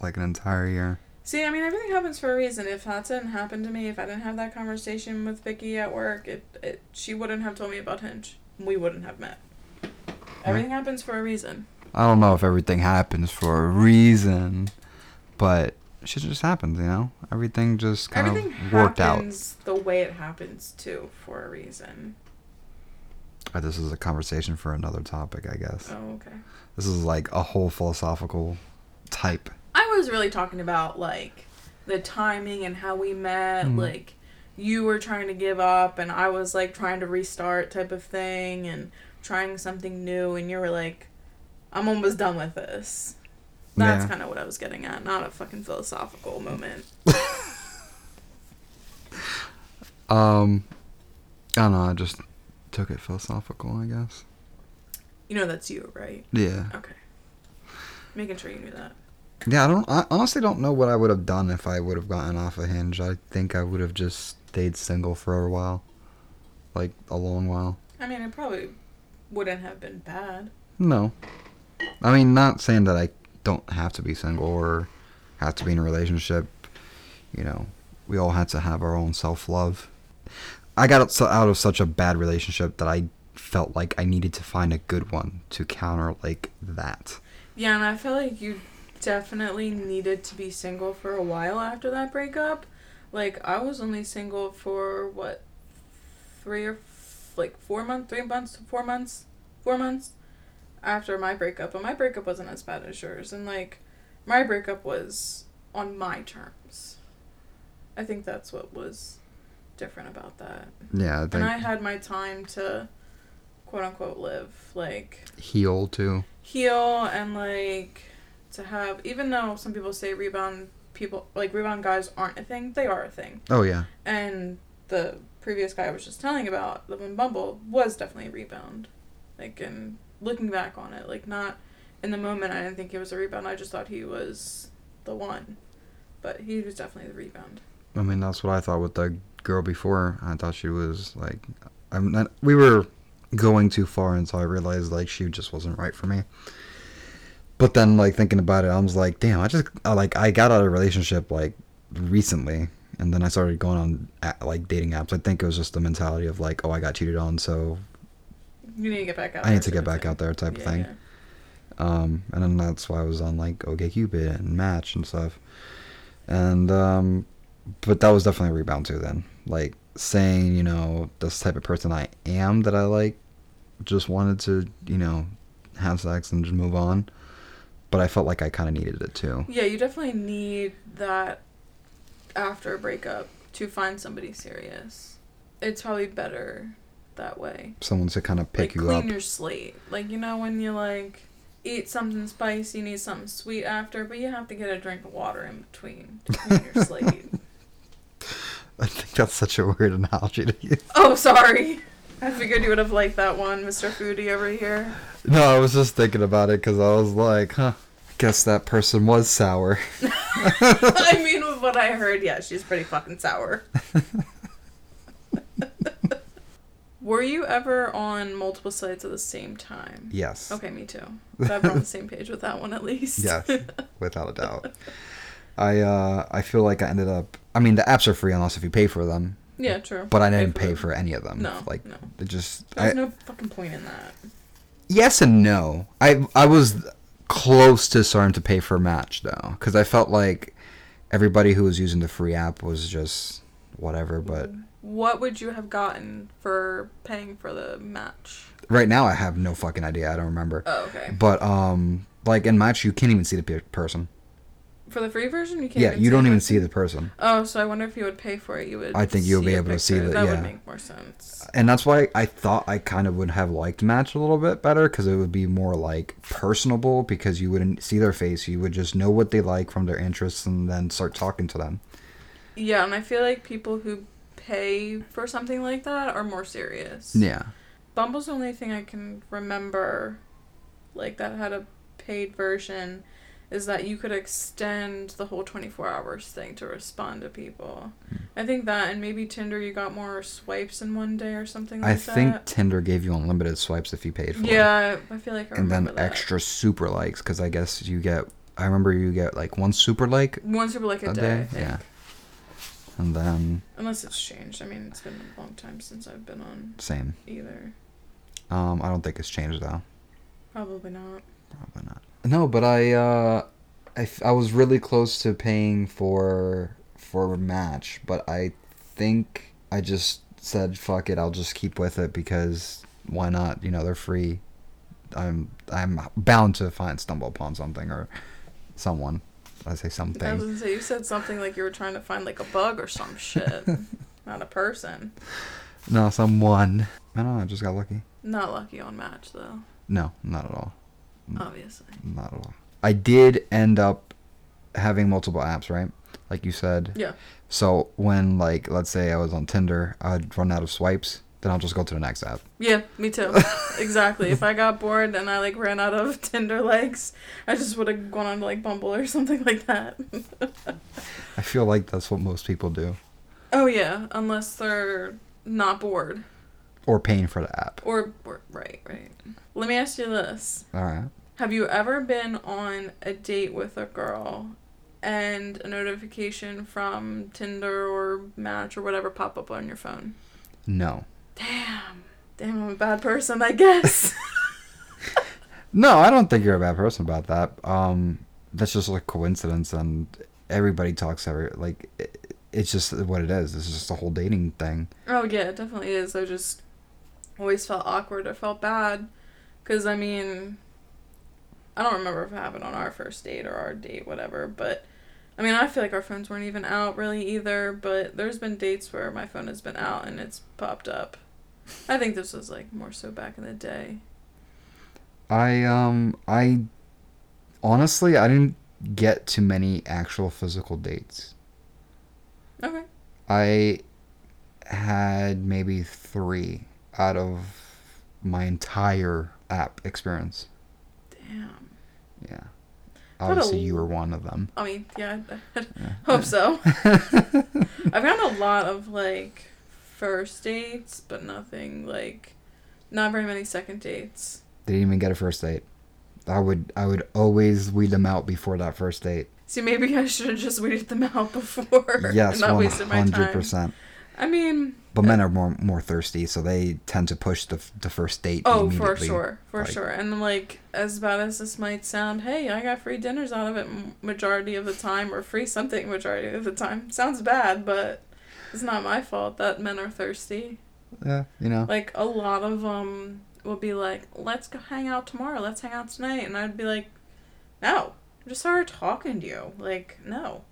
like an entire year.
See, I mean, everything happens for a reason. If that didn't happen to me, if I didn't have that conversation with Vicky at work, it, it she wouldn't have told me about Hinge. We wouldn't have met. Everything happens for a reason.
I don't know if everything happens for a reason, but shit just happens, you know. Everything just kind
everything
of worked out.
happens the way it happens too for a reason.
Uh, This is a conversation for another topic, I guess.
Oh, okay.
This is like a whole philosophical type.
I was really talking about like the timing and how we met, like you were trying to give up and I was like trying to restart type of thing and trying something new and you were like I'm almost done with this. That's
Yeah.
kind of what I was getting at, not a fucking philosophical moment.
Um, I don't know. I just took it philosophical, I guess.
You know that's you, right?
Yeah.
Okay. Making sure you knew that.
Yeah, I don't. I honestly don't know what I would have done if I would have gotten off a Hinge. I think I would have just stayed single for a while, like a long while.
I mean, it probably wouldn't have been bad.
No, I mean, not saying that I don't have to be single or have to be in a relationship. You know, we all had to have our own self love. I got so- out of such a bad relationship that I felt like I needed to find a good one to counter like that.
Yeah, and I feel like you definitely needed to be single for a while after that breakup. Like I was only single for what three or f- like four months, three months, four months, four months after my breakup, and my breakup wasn't as bad as yours. And like my breakup was on my terms. I think that's what was different about that.
Yeah, I
And I
think
had my time to quote unquote live like
heal too.
heal and like to have even though some people say rebound people like rebound guys aren't a thing they are a thing
Oh yeah,
and the previous guy i was just telling about the one bumble was definitely a rebound like and looking back on it like not in the moment i didn't think he was a rebound i just thought he was the one but he was definitely the rebound
I mean, that's what I thought with the girl before. I thought she was like, I'm not, we were going too far until I realized like she just wasn't right for me. But then, like thinking about it, I was like, damn, I just I, like I got out of a relationship like recently, and then I started going on a- like dating apps. I think it was just the mentality of like, oh, I got cheated on, so
You need to get back
I
out. there
need to
sort
get
of
back
thing.
out there, type of
Yeah,
thing.
yeah.
Um, and then that's why I was on like OKCupid and Match and stuff. And um, but that was definitely a rebound too. Then like saying you know this type of person I am that I like, just wanted to you know have sex and just move on. But I felt like I kind of needed it too.
Yeah, you definitely need that after a breakup to find somebody serious. It's probably better that way.
Someone to kind of pick
like
you
clean
up.
your slate. Like you know when you like eat something spicy, you need something sweet after, but you have to get a drink of water in between to clean your slate.
I think that's such a weird analogy to use.
Oh, sorry. I figured you would have liked that one, Mr. Foodie over here.
No, I was just thinking about it because I was like, huh, guess that person was sour.
I mean, with what I heard, yeah, she's pretty fucking sour. Were you ever on multiple sites at the same time?
Yes.
Okay, me too. But we're on the same page with that one at least.
Yes, without a doubt. I uh, I feel like I ended up. I mean, the apps are free unless if you pay for them,
yeah, true.
but I didn't pay
them.
for any of them.
No,
like
no.
it just. I,
There's no fucking point in that.
yes and no. I I was close to starting to pay for a match though, because I felt like everybody who was using the free app was just whatever. But
What would you have gotten for paying for the match?
right now, I have no fucking idea. I don't remember.
Oh, okay.
But um, like in match, you can't even see the pe- person.
For the free version, you can't.
Yeah, you don't
it.
even see the person.
Oh, so I wonder if you would pay for it. You would.
I think you'll be
a
able to see
picture.
that,
That
yeah.
would make more sense.
and that's why I thought I kind of would have liked Match a little bit better because it would be more like personable because you wouldn't see their face, you would just know what they like from their interests and then start talking to them.
Yeah, and I feel like people who pay for something like that are more serious.
Yeah,
Bumble's the only thing I can remember, like that had a paid version, is that you could extend the whole twenty four hours thing to respond to people.
Hmm.
I think that, and maybe Tinder, you got more swipes in one day or something like
I think
that.
Tinder gave you unlimited swipes if you paid for it.
Yeah, I feel like I
and then
remember that.
extra super likes because I guess you get. I remember you get like one super like
Once or like a,
a
day, I
day.
think.
Yeah, and then
Unless it's changed. I mean, it's been a long time since I've been on
same.
either.
Um, I don't think it's changed though.
Probably not.
Probably not. No, but I, uh, I, f- I was really close to paying for for a match, but I think I just said fuck it. I'll just keep with it because why not? You know, they're free. I'm I'm bound to find stumble upon something or someone. I say
I was
something.
gonna say you said something like you were trying to find like a bug or some shit, not a person.
No, someone. I don't know. I just got lucky.
Not lucky on match though,
No, not at all.
obviously.
Not at all. I did end up having multiple apps, right? Like you said.
Yeah.
So when like let's say I was on Tinder, I'd run out of swipes, then I'll just go to the next app.
Yeah, me too. exactly. If I got bored and I like ran out of Tinder likes, I just would have gone on to like Bumble or something like that.
I feel like that's what most people do.
oh yeah, unless they're not bored
Or paying for the app.
or, or right, right. Let me ask you this.
All right.
Have you ever been on a date with a girl and a notification from Tinder or Match or whatever pop up on your phone?
No.
Damn. Damn, I'm a bad person, I guess.
No, I don't think you're a bad person about that. Um, that's just like coincidence, and everybody talks every like. It, it's just what it is. It's just the whole dating thing.
oh, yeah, it definitely is. I just always felt awkward. I felt bad. Because, I mean, I don't remember if it happened on our first date or our date, whatever, but. I mean, I feel like our phones weren't even out really either, but there's been dates where my phone has been out and it's popped up. I think this was like more so back in the day.
I um I honestly I didn't get too many actual physical dates.
Okay.
I had maybe three out of my entire app experience.
Damn.
Yeah.
What a-
Obviously, you were one of them.
I mean, yeah, I hope so. I've gotten a lot of like first dates, but nothing like, not very many second dates.
Didn't even get a first date. I would I would always weed them out before that first date.
See, maybe I should have just weeded them out before
Yes,
and not
one
wasted my
hundred
time.
percent.
I mean,
But men are more more thirsty, so they tend to push the f- the first date.
oh, for
immediately.
sure, for
like-
sure. And like, as bad as this might sound, hey, I got free dinners out of it m- majority of the time, or free something majority of the time. Sounds bad, but it's not my fault that men are thirsty.
Yeah, you know.
Like a lot of them will be like, "Let's go hang out tomorrow. Let's hang out tonight," and I'd be like, "No, I'm just tired of talking to you. Like, no,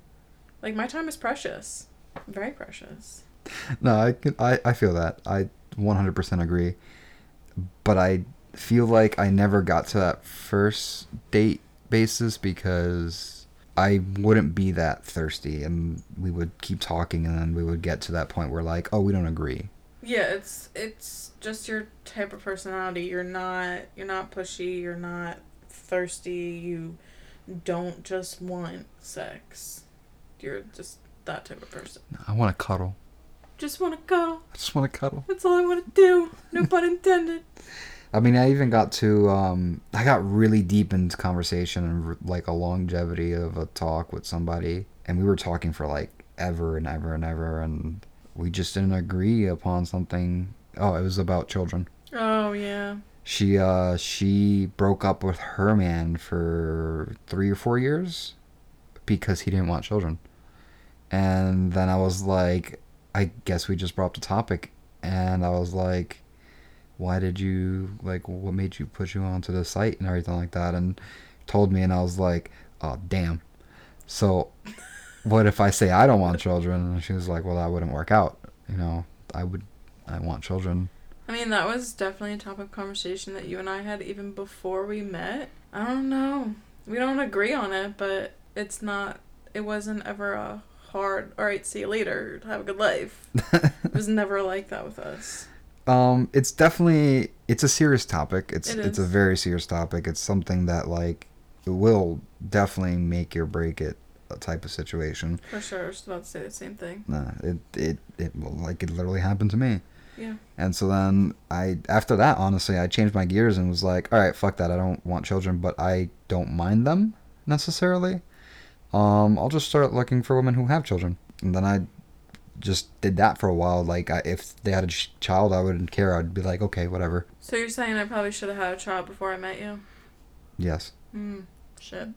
like my time is precious, very precious."
No, I can, I I feel that. I 100% agree. But I feel like I never got to that first date basis because I wouldn't be that thirsty and we would keep talking and then we would get to that point where like, oh, we don't agree.
Yeah, it's it's just your type of personality. You're not you're not pushy, you're not thirsty, you don't just want sex. You're just that type of person.
I want to cuddle.
Just wanna go.
I just want to cuddle.
That's all I wanna do. No pun intended.
I mean, I even got to um I got really deep into conversation and like a longevity of a talk with somebody and we were talking for like ever and ever and ever and we just didn't agree upon something. Oh, it was about children.
Oh yeah.
She uh she broke up with her man for 3 or 4 years because he didn't want children. And then I was like I guess we just brought up the topic and I was like why did you like what made you put you onto the site and everything like that and told me and I was like oh damn. So what if I say I don't want children and she was like well that wouldn't work out, you know. I would I want children.
I mean that was definitely a topic of conversation that you and I had even before we met. I don't know. We don't agree on it, but it's not it wasn't ever a hard alright, see you later, have a good life. It was never like that with us.
Um, it's definitely it's a serious topic. It's
It
it's a
is.
very serious topic. It's something that like will definitely make or break it a type of situation.
For sure, I was about to say the same thing.
Nah, it it it will like it literally happened to me.
Yeah.
And so then I after that honestly I changed my gears and was like, all right, fuck that. I don't want children, but I don't mind them necessarily. Um, I'll just start looking for women who have children. And then I just did that for a while. Like I, if they had a ch- child, I wouldn't care. I'd be like, okay, whatever.
So you're saying I probably should have had a child before I met you?
Yes.
Hmm. Shit.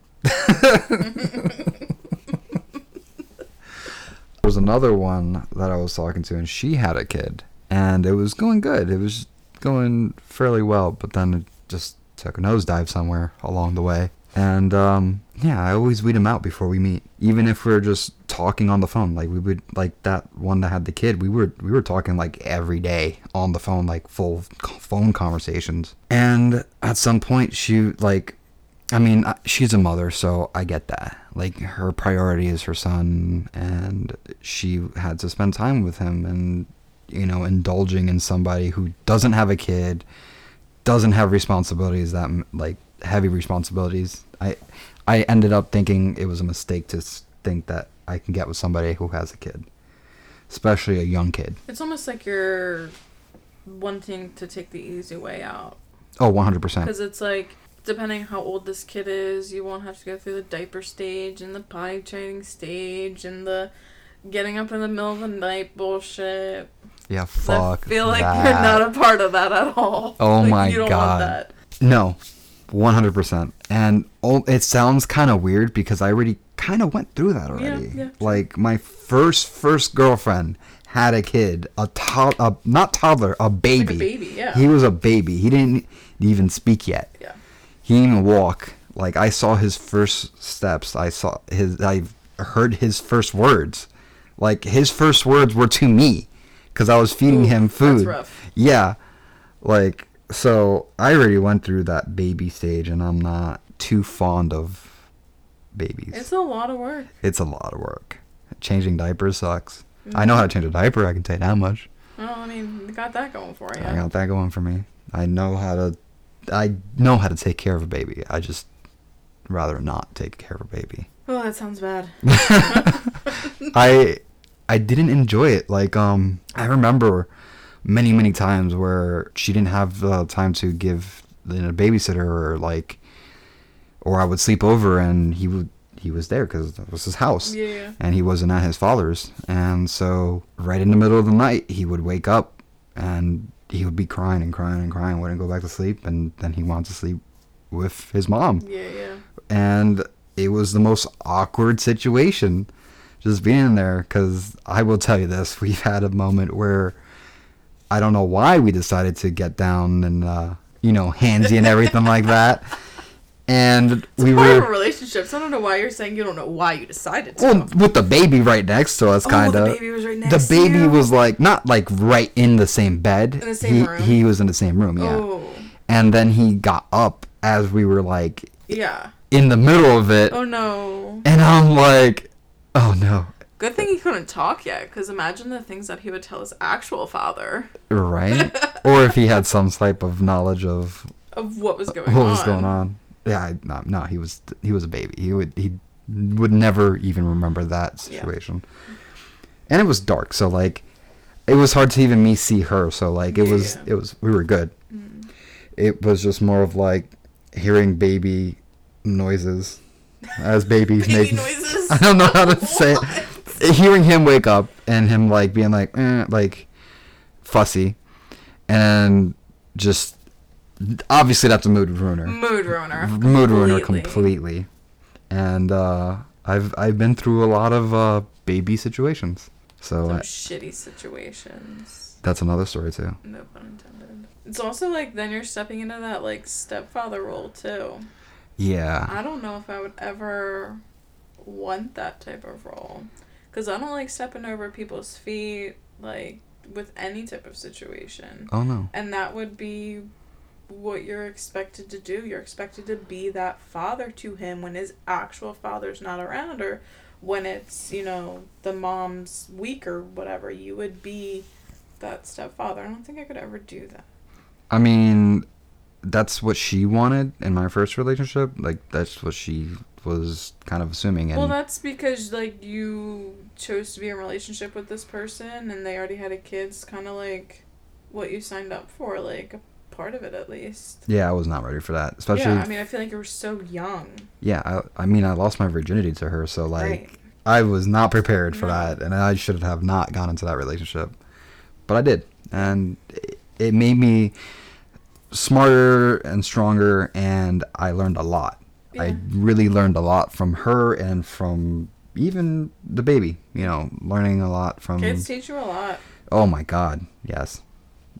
There was another one that I was talking to, and she had a kid, and it was going good. It was going fairly well, but then it just took a nosedive somewhere along the way. And um, yeah, I always weed them out before we meet, even if we're just talking on the phone. Like we would, like that one that had the kid, we were we were talking like every day on the phone, like full c- phone conversations. And at some point, she like I mean, I- she's a mother, so I get that. Like, her priority is her son, and she had to spend time with him, and, you know, indulging in somebody who doesn't have a kid, doesn't have responsibilities that, m- like, heavy responsibilities. I, I ended up thinking it was a mistake to s- think that I can get with somebody who has a kid, especially a young kid.
It's almost like you're wanting to take the easy way out.
Oh, 100%.
Because it's like, depending how old this kid is, you won't have to go through the diaper stage and the potty training stage and the getting up in the middle of the night bullshit.
Yeah,
And
fuck.
I feel like
that.
you're not a part of that at all.
Oh
Like,
my
you don't
God.
Want that.
No, 100%. And all, it sounds kind of weird because I already kind of went through that already.
yeah.
Like my first first girlfriend had a kid, a to- a not toddler, a baby.
baby, yeah.
He was a baby. He didn't even speak yet.
Yeah.
He didn't even walk. Like I saw his first steps. I saw his I heard his first words. Like his first words were to me cuz I was feeding
Ooh,
him
that's
food.
rough.
Yeah. Like, so I already went through that baby stage and I'm not too fond of babies.
It's
It's,
a lot of work.
a lot of work. Changing diapers sucks. I
Mm-hmm.
know how to change a diaper, I can tell you that much.
Well, I mean, you got that going for you.
I got that going for me. I know how to I know how to take care of a baby. I just rather not take care of a baby.
Oh, that sounds bad.
I I didn't enjoy it. Like um I remember many many times where she didn't have the time to give the babysitter or like or I would sleep over and he would he was there because that was his house
Yeah.
and he wasn't at his father's. And so, right in the middle of the night, he would wake up and he would be crying and crying and crying, wouldn't go back to sleep. And then he wanted to sleep with his mom.
Yeah, yeah.
And it was the most awkward situation just being there because I will tell you this we've had a moment where I don't know why we decided to get down and, uh, you know, handsy and everything like that. And we
Part
were.
of a relationship. So I don't know why you're saying you don't know why you decided to.
Well, with the baby right next to us,
Oh,
kind of.
The baby was right next
the
to
baby
you?
was like not like right in the same bed.
the same
he,
room?
He was in the same room, yeah.
Oh.
And then he got up as we were like
Yeah.
in the middle of it,
Oh no.
and I'm like, oh no,
Good thing he couldn't talk yet, because imagine the things that he would tell his actual father
right? or if he had some type of knowledge of
of what was going
what
on.
was going on. Yeah, I, no, no, he was he was a baby. He would he would never even remember that
Yeah.
situation. And it was dark, so like it was hard to even me see her. So like it
Yeah,
was
yeah. Mm.
it was we were good. It was just more of like hearing baby noises as babies
Baby
make.
noises.
I don't know how to say
What?
it. Hearing him wake up and him like being like eh, like fussy, and just obviously that's a mood ruiner
Mood ruiner.
mood ruiner
completely.
completely. And uh, I've I've been through a lot of uh, baby situations, so
Some
I,
shitty situations.
that's another story too.
No pun intended. It's also like then you're stepping into that like stepfather role too.
Yeah,
I don't know if I would ever want that type of role. Because I don't like stepping over people's feet, like with any type of situation.
Oh no.
And that would be what you're expected to do. You're expected to be that father to him when his actual father's not around or when it's, you know, the mom's weak or whatever. You would be that stepfather. I don't think I could ever do that.
I mean, that's what she wanted in my first relationship. Like that's what she was kind of assuming. And
Well, that's because like you chose to be in a relationship with this person, and they already had a kid. It's kind of like what you signed up for, like a part of it at least.
yeah, I was not ready for that. Especially
yeah, I mean, I feel like you were so young.
yeah, I, I mean, I lost my virginity to her, so like
right.
I was not prepared for
No.
that, and I should have not gone into that relationship, but I did, and it, it made me smarter and stronger, and I learned a lot.
Yeah.
I really learned a lot from her and from even the baby. You know, learning a lot from.
Kids teach you a lot.
Oh my God! Yes,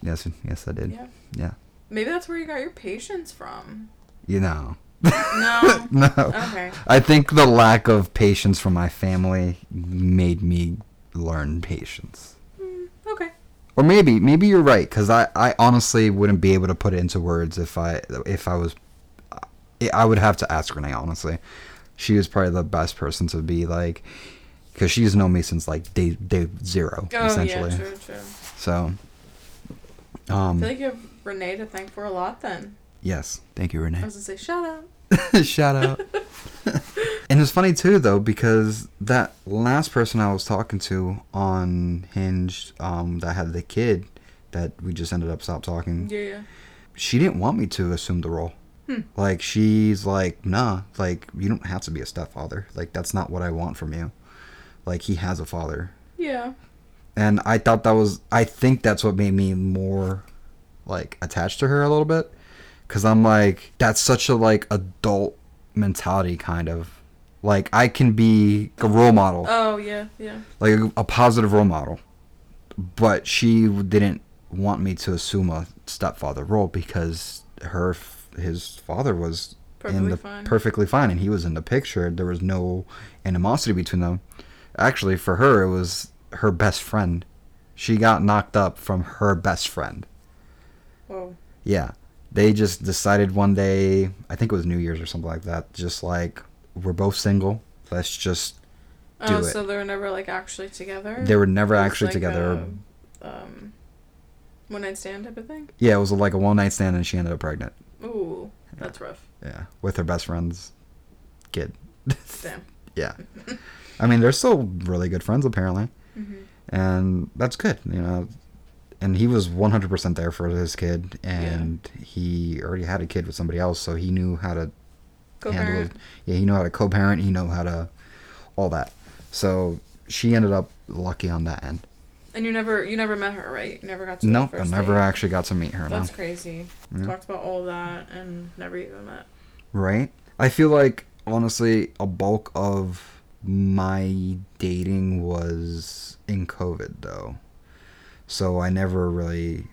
yes, yes, I did.
Yeah.
Yeah.
Maybe that's where you got your patience from.
You know.
No.
No.
Okay.
I think the lack of patience from my family made me learn patience.
Mm, okay.
or maybe maybe you're right because I, I honestly wouldn't be able to put it into words if i if i was I- i would have to ask renee honestly she was probably the best person to be like because she's known me since like day day zero
Oh yeah,
essentially
true, true.
so
I
um
feel like you have Renee to thank for a lot. Then
yes thank you
I
renee
was gonna say shout out.
shout out and it's funny too though because that last person i was talking to on hinge um that had the kid that we just ended up stop talking
Yeah, yeah.
she didn't want me to assume the role.
Hmm.
Like she's like, nah, like you don't have to be a stepfather. Like that's not what I want from you. Like he has a father,
Yeah.
and I thought that was. I think that's what made me more like attached to her a little bit, because I'm like, that's such a like adult mentality kind of. Like I can be a role model,
Oh yeah, yeah.
like a positive role model, but she didn't want me to assume a stepfather role because her f- his father was in
Perfectly
the
fine.
perfectly fine and he was in the picture there was no animosity between them actually for her it was her best friend she got knocked up from her best friend
Whoa.
yeah they just decided one day i think it was new year's or something like that just like we're both single let's just
Oh,
it.
so they were never like actually together.
they were never
It was
actually
like
together
A, um, one night stand type of thing.
yeah it was like a one night stand and she ended up pregnant
Ooh, that's rough.
yeah with her best friend's kid
Damn.
yeah i mean they're still really good friends apparently
hmm
and that's good you know and he was 100% there for his kid and he already had a kid with somebody else so he knew how to
Co-parent.
handled. Yeah, you know how to co-parent. You know how to all that. So she ended up lucky on that end.
And you never you never met her, right? You never got to
Nope,
the
I
first
never
date.
actually got to meet her. No.
That's crazy. Talked about all that and never even met.
Right? I feel like honestly a bulk of my dating was in COVID though. So I never really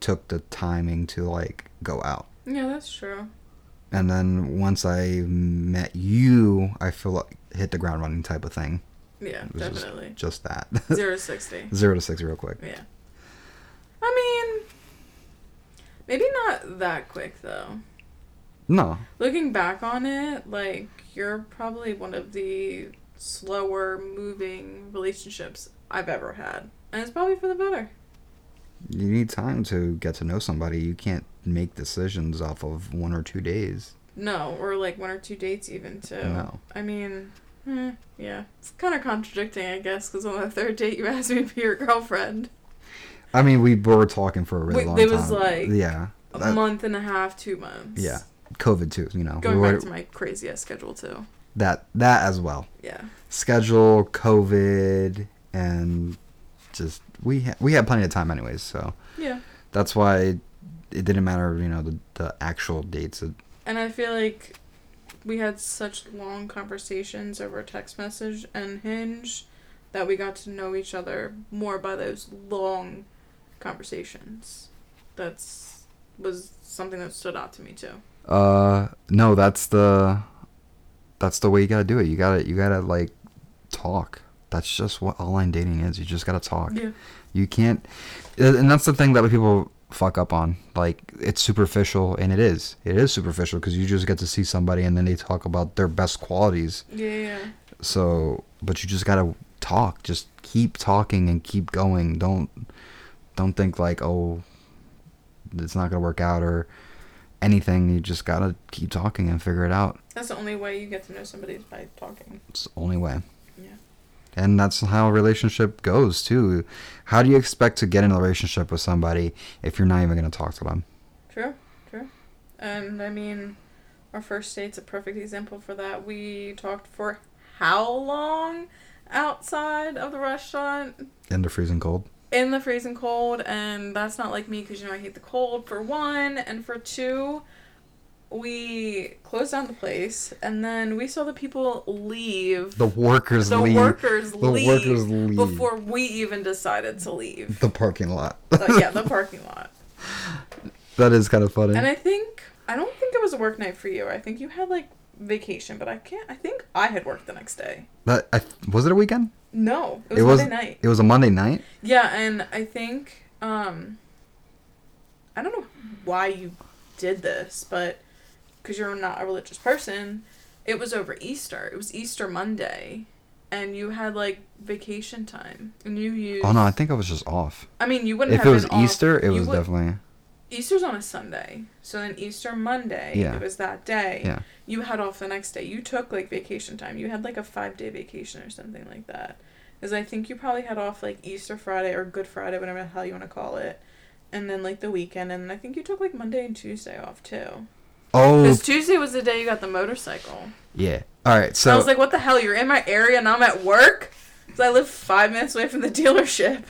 took the timing to like go out.
Yeah, that's true.
And then once I met you, I feel like hit the ground running type of thing.
Yeah,
It was just-
definitely.
Just that.
Zero to sixty.
Zero to six real quick.
Yeah. I mean maybe not that quick though.
No.
Looking back on it, like you're probably one of the slower moving relationships I've ever had. And it's probably for the better.
You need time to get to know somebody. You can't make decisions off of one or two days.
No, or like one or two dates even too.
No.
I mean, eh, yeah, it's kind of contradicting, I guess, because on the third date you asked me to be your girlfriend.
I mean, we were talking for a really
Wait,
long
there
time.
was, like,
yeah,
A
That-
month and a half, two months.
yeah, COVID too. You know,
Going
we were-
back to my crazy ass schedule too.
that that as well.
Yeah.
Schedule, COVID, and just we ha- we had plenty of time anyways, so
Yeah.
that's why it, didn't matter. You know, the the actual dates. It,
And I feel like we had such long conversations over text message and hinge that we got to know each other more by those long conversations. That's was something that stood out to me too.
uh, no, that's the that's the way you gotta do it. You gotta you gotta like talk. That's just what online dating is. You just gotta talk.
Yeah.
You can't, and that's the thing that people fuck up on. Like it's superficial, and it is. It is superficial because you just get to see somebody, and then they talk about their best qualities.
Yeah, yeah. yeah.
So, but you just gotta talk. Just keep talking and keep going. Don't don't think like oh, it's not gonna work out or anything. You just gotta keep talking and figure it out.
That's the only way you get to know somebody is by talking.
It's the only way.
Yeah.
And that's how a relationship goes too. How do you expect to get in a relationship with somebody if you're not even going to talk to them?
True, true. And I mean, our first date's a perfect example for that. We talked for how long outside of the restaurant
In the freezing cold.
in the freezing cold, and that's not like me because you know I hate the cold for one, and for two, we closed down the place, and then we saw the people leave.
The workers
The
leave
workers
the
leave
workers leave.
before we even decided to leave.
the parking lot.
But yeah, the parking lot.
that is kind of funny.
And I think I don't think it was a work night for you. I think you had like vacation, but I can't. I think I had work the next day.
that, I, was it a weekend?
No, it was, Monday night.
It was a Monday night.
Yeah, and I think um I don't know why you did this, but because you're not a religious person, it was over Easter. It was Easter Monday, and you had like vacation time, and you used.
Oh no, I think I was just off.
I mean, you wouldn't.
If
have
it was
been off-
Easter, it
you
was
would-
definitely
Easter's on a Sunday, so then Easter Monday,
Yeah.
it was that day.
Yeah.
You had off the next day. You took like vacation time. You had like a five day vacation or something like that. Because I think you probably had off like Easter Friday or Good Friday, whatever the hell you want to call it, and then like the weekend, and I think you took like Monday and Tuesday off too.
Oh
Because Tuesday was the day you got the motorcycle.
yeah. All right,
I
so
was like, what the hell? You're in my area and I'm at work. Because I live five minutes away from the dealership.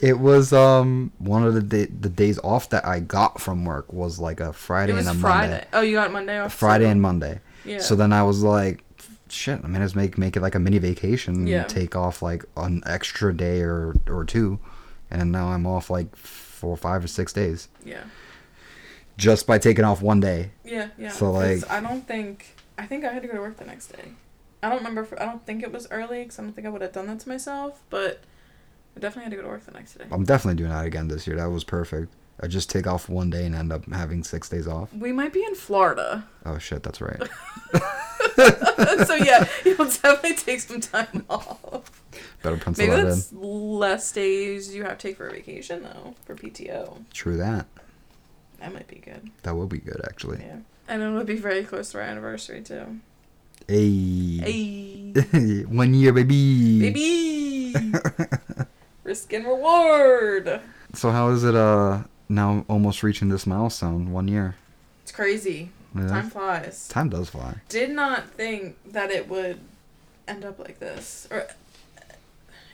it was um one of the day, the days off that I got from work was like a Friday
It was
and a
Friday.
Monday.
Oh, you got Monday off.
Friday
too?
and Monday.
yeah.
So then I was like, shit, I mean, let's make make it like a mini vacation. and
Yeah.
Take off like an extra day or or two, and now I'm off like four, five, or six days
yeah.
just by taking off one day.
Yeah, yeah.
So,
'cause
like-
I don't think I think I had to go to work the next day. I don't remember. If, I don't think it was early because I don't think I would have done that to myself. But I definitely had to go to work the next day.
I'm definitely doing that again this year. That was perfect. I just take off one day and end up having six days off.
We might be in Florida,
Oh shit, that's right.
so yeah, you'll definitely take some time off.
Better pencil
Maybe
that in.
that's less days you have to take for a vacation though for PTO.
True that.
That might be good.
That will be good actually.
Yeah, and it would be very close to our anniversary too.
Hey.
Hey,
one year, baby.
baby, risk and reward.
So how is it? Uh, now almost reaching this milestone. One year.
It's crazy.
It does.
Time flies.
Time does fly.
Did not think that it would end up like this. Or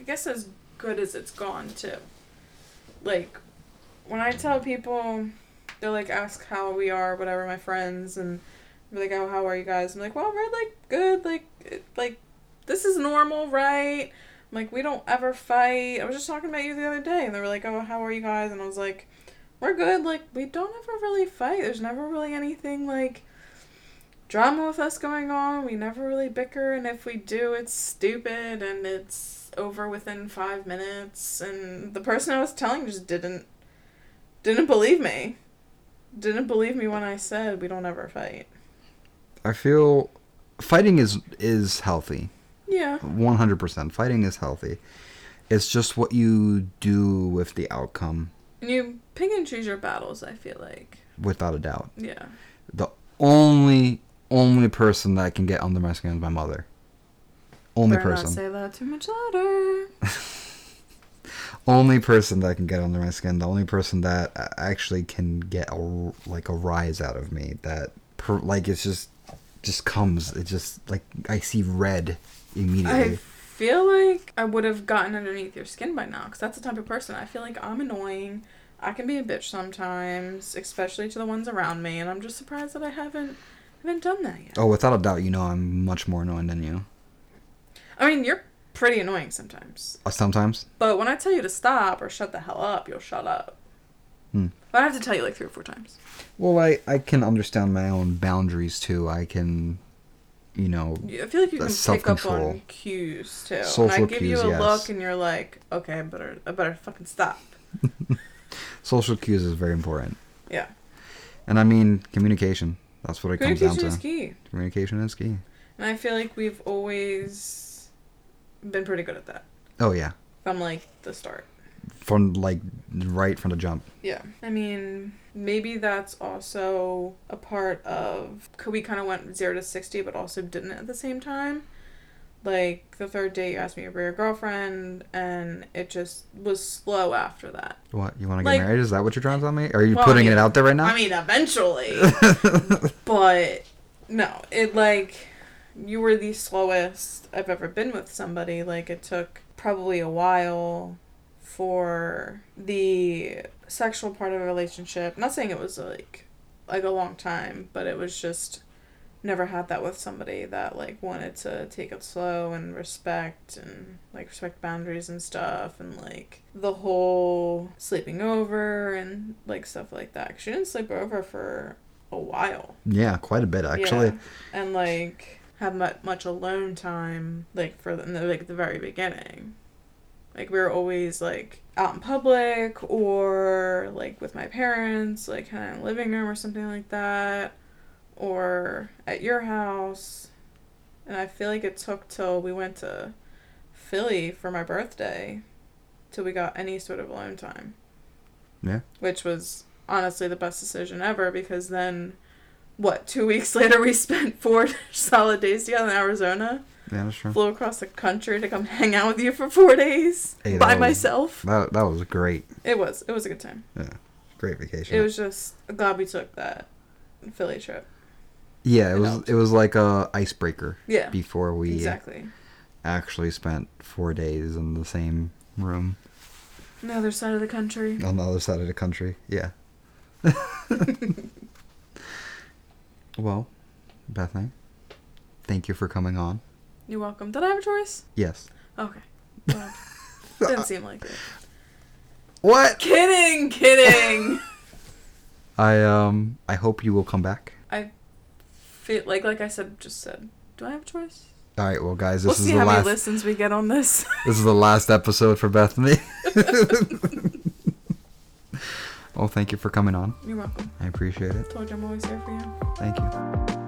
I guess as good as it's gone too. Like when I tell people they like ask how we are, whatever, my friends and they're like, Oh, how are you guys? I'm like, Well, we're like good, like it- like this is normal, right? I'm like, we don't ever fight. I was just talking about you the other day and they were like, Oh, how are you guys? And I was like, We're good, like we don't ever really fight. There's never really anything like drama with us going on. We never really bicker, and if we do, it's stupid and it's over within five minutes. And the person I was telling just didn't didn't believe me. Didn't believe me when I said we don't ever fight.
I feel fighting is is healthy.
Yeah.
100%. Fighting is healthy. It's just what you do with the outcome,
And you pick and choose your battles, I feel like.
without a doubt.
Yeah.
The only only person that can get under my skin is my mother. Only
Better
person.
not say that too much louder.
only person that can get under my skin, the only person that a- actually can get a, r- like a rise out of me that per, like it's just just comes it just like I see red
I
immediately.
feel like I would have gotten underneath your skin by now because that's the type of person I feel like I'm annoying. I can be a bitch sometimes, especially to the ones around me, and I'm just surprised that I haven't haven't done that yet.
oh, without a doubt, you know I'm much more annoying than you.
I mean, you're pretty annoying sometimes,
Uh, Sometimes.
but when I tell you to stop or shut the hell up, you'll shut up.
Hmm.
But I have to tell you like three or four times.
Well, I I can understand my own boundaries too. I can you know,
You- I feel like you can
That's
pick up on
self-control.
cues too. and I
Social
give
cues,
you a
yes.
look, and you're like, okay, I better, I better fucking stop.
social cues is very important.
Yeah,
And I mean communication. That's what it comes down
communication is
to.
key.
Communication is key.
And I feel like we've always been pretty good at that
Oh yeah.
from like the start.
From like right from the jump.
Yeah. I mean, maybe that's also a part of could we kind of went 0 to 60 but also didn't at the same time. Like the third date you asked me if you were your girlfriend and it just was slow after that.
What you want to get
Like-
married? Is that what you're trying to tell me? Are you
Well, I
putting
mean-
it out there right now?
I mean, eventually. but no, it like you were the slowest I've ever been with somebody. Like it took probably a while for the sexual part of a relationship. Not saying it was like like a long time, but it was just never had that with somebody that like wanted to take it slow and respect and like respect boundaries and stuff and like the whole sleeping over and like stuff like that. 'Cause She didn't sleep over for a while.
yeah, quite a bit actually.
Yeah. And like have mu- much alone time like for the, in the like the very beginning. Like we were always like out in public or like with my parents, like kind of in the living room or something like that, or at your house. And I feel like it took till we went to Philly for my birthday till we got any sort of alone time.
Yeah.
Which was honestly the best decision ever because then what, two weeks later we spent four solid days together in Arizona.
Yeah, that's true.
Flew across the country to come hang out with you for four days
Hey, that
by
was-
myself.
That that was great,
It was. It was a good time.
great vacation.
It was just glad we took that Philly trip.
yeah, it
it
was
helped.
it was like a icebreaker
Yeah.
before we
Exactly.
actually spent four days in the same room
On the other side of the country.
on the other side of the country. Yeah. well, Bethany, thank you for coming on.
You're welcome. Did I have a choice?
Yes. Uh,
Okay. Well, didn't seem like it.
What?
Kidding, kidding.
I um I hope you will come back.
Feel like like I said just said. Do I have a choice?
All right, well, guys,
we'll
this
see
is the
how many
last.
listens we get on this.
This is the last episode for Bethany. well, thank you for coming on.
You're welcome.
I appreciate it.
Told you I'm always here for you.
Thank you.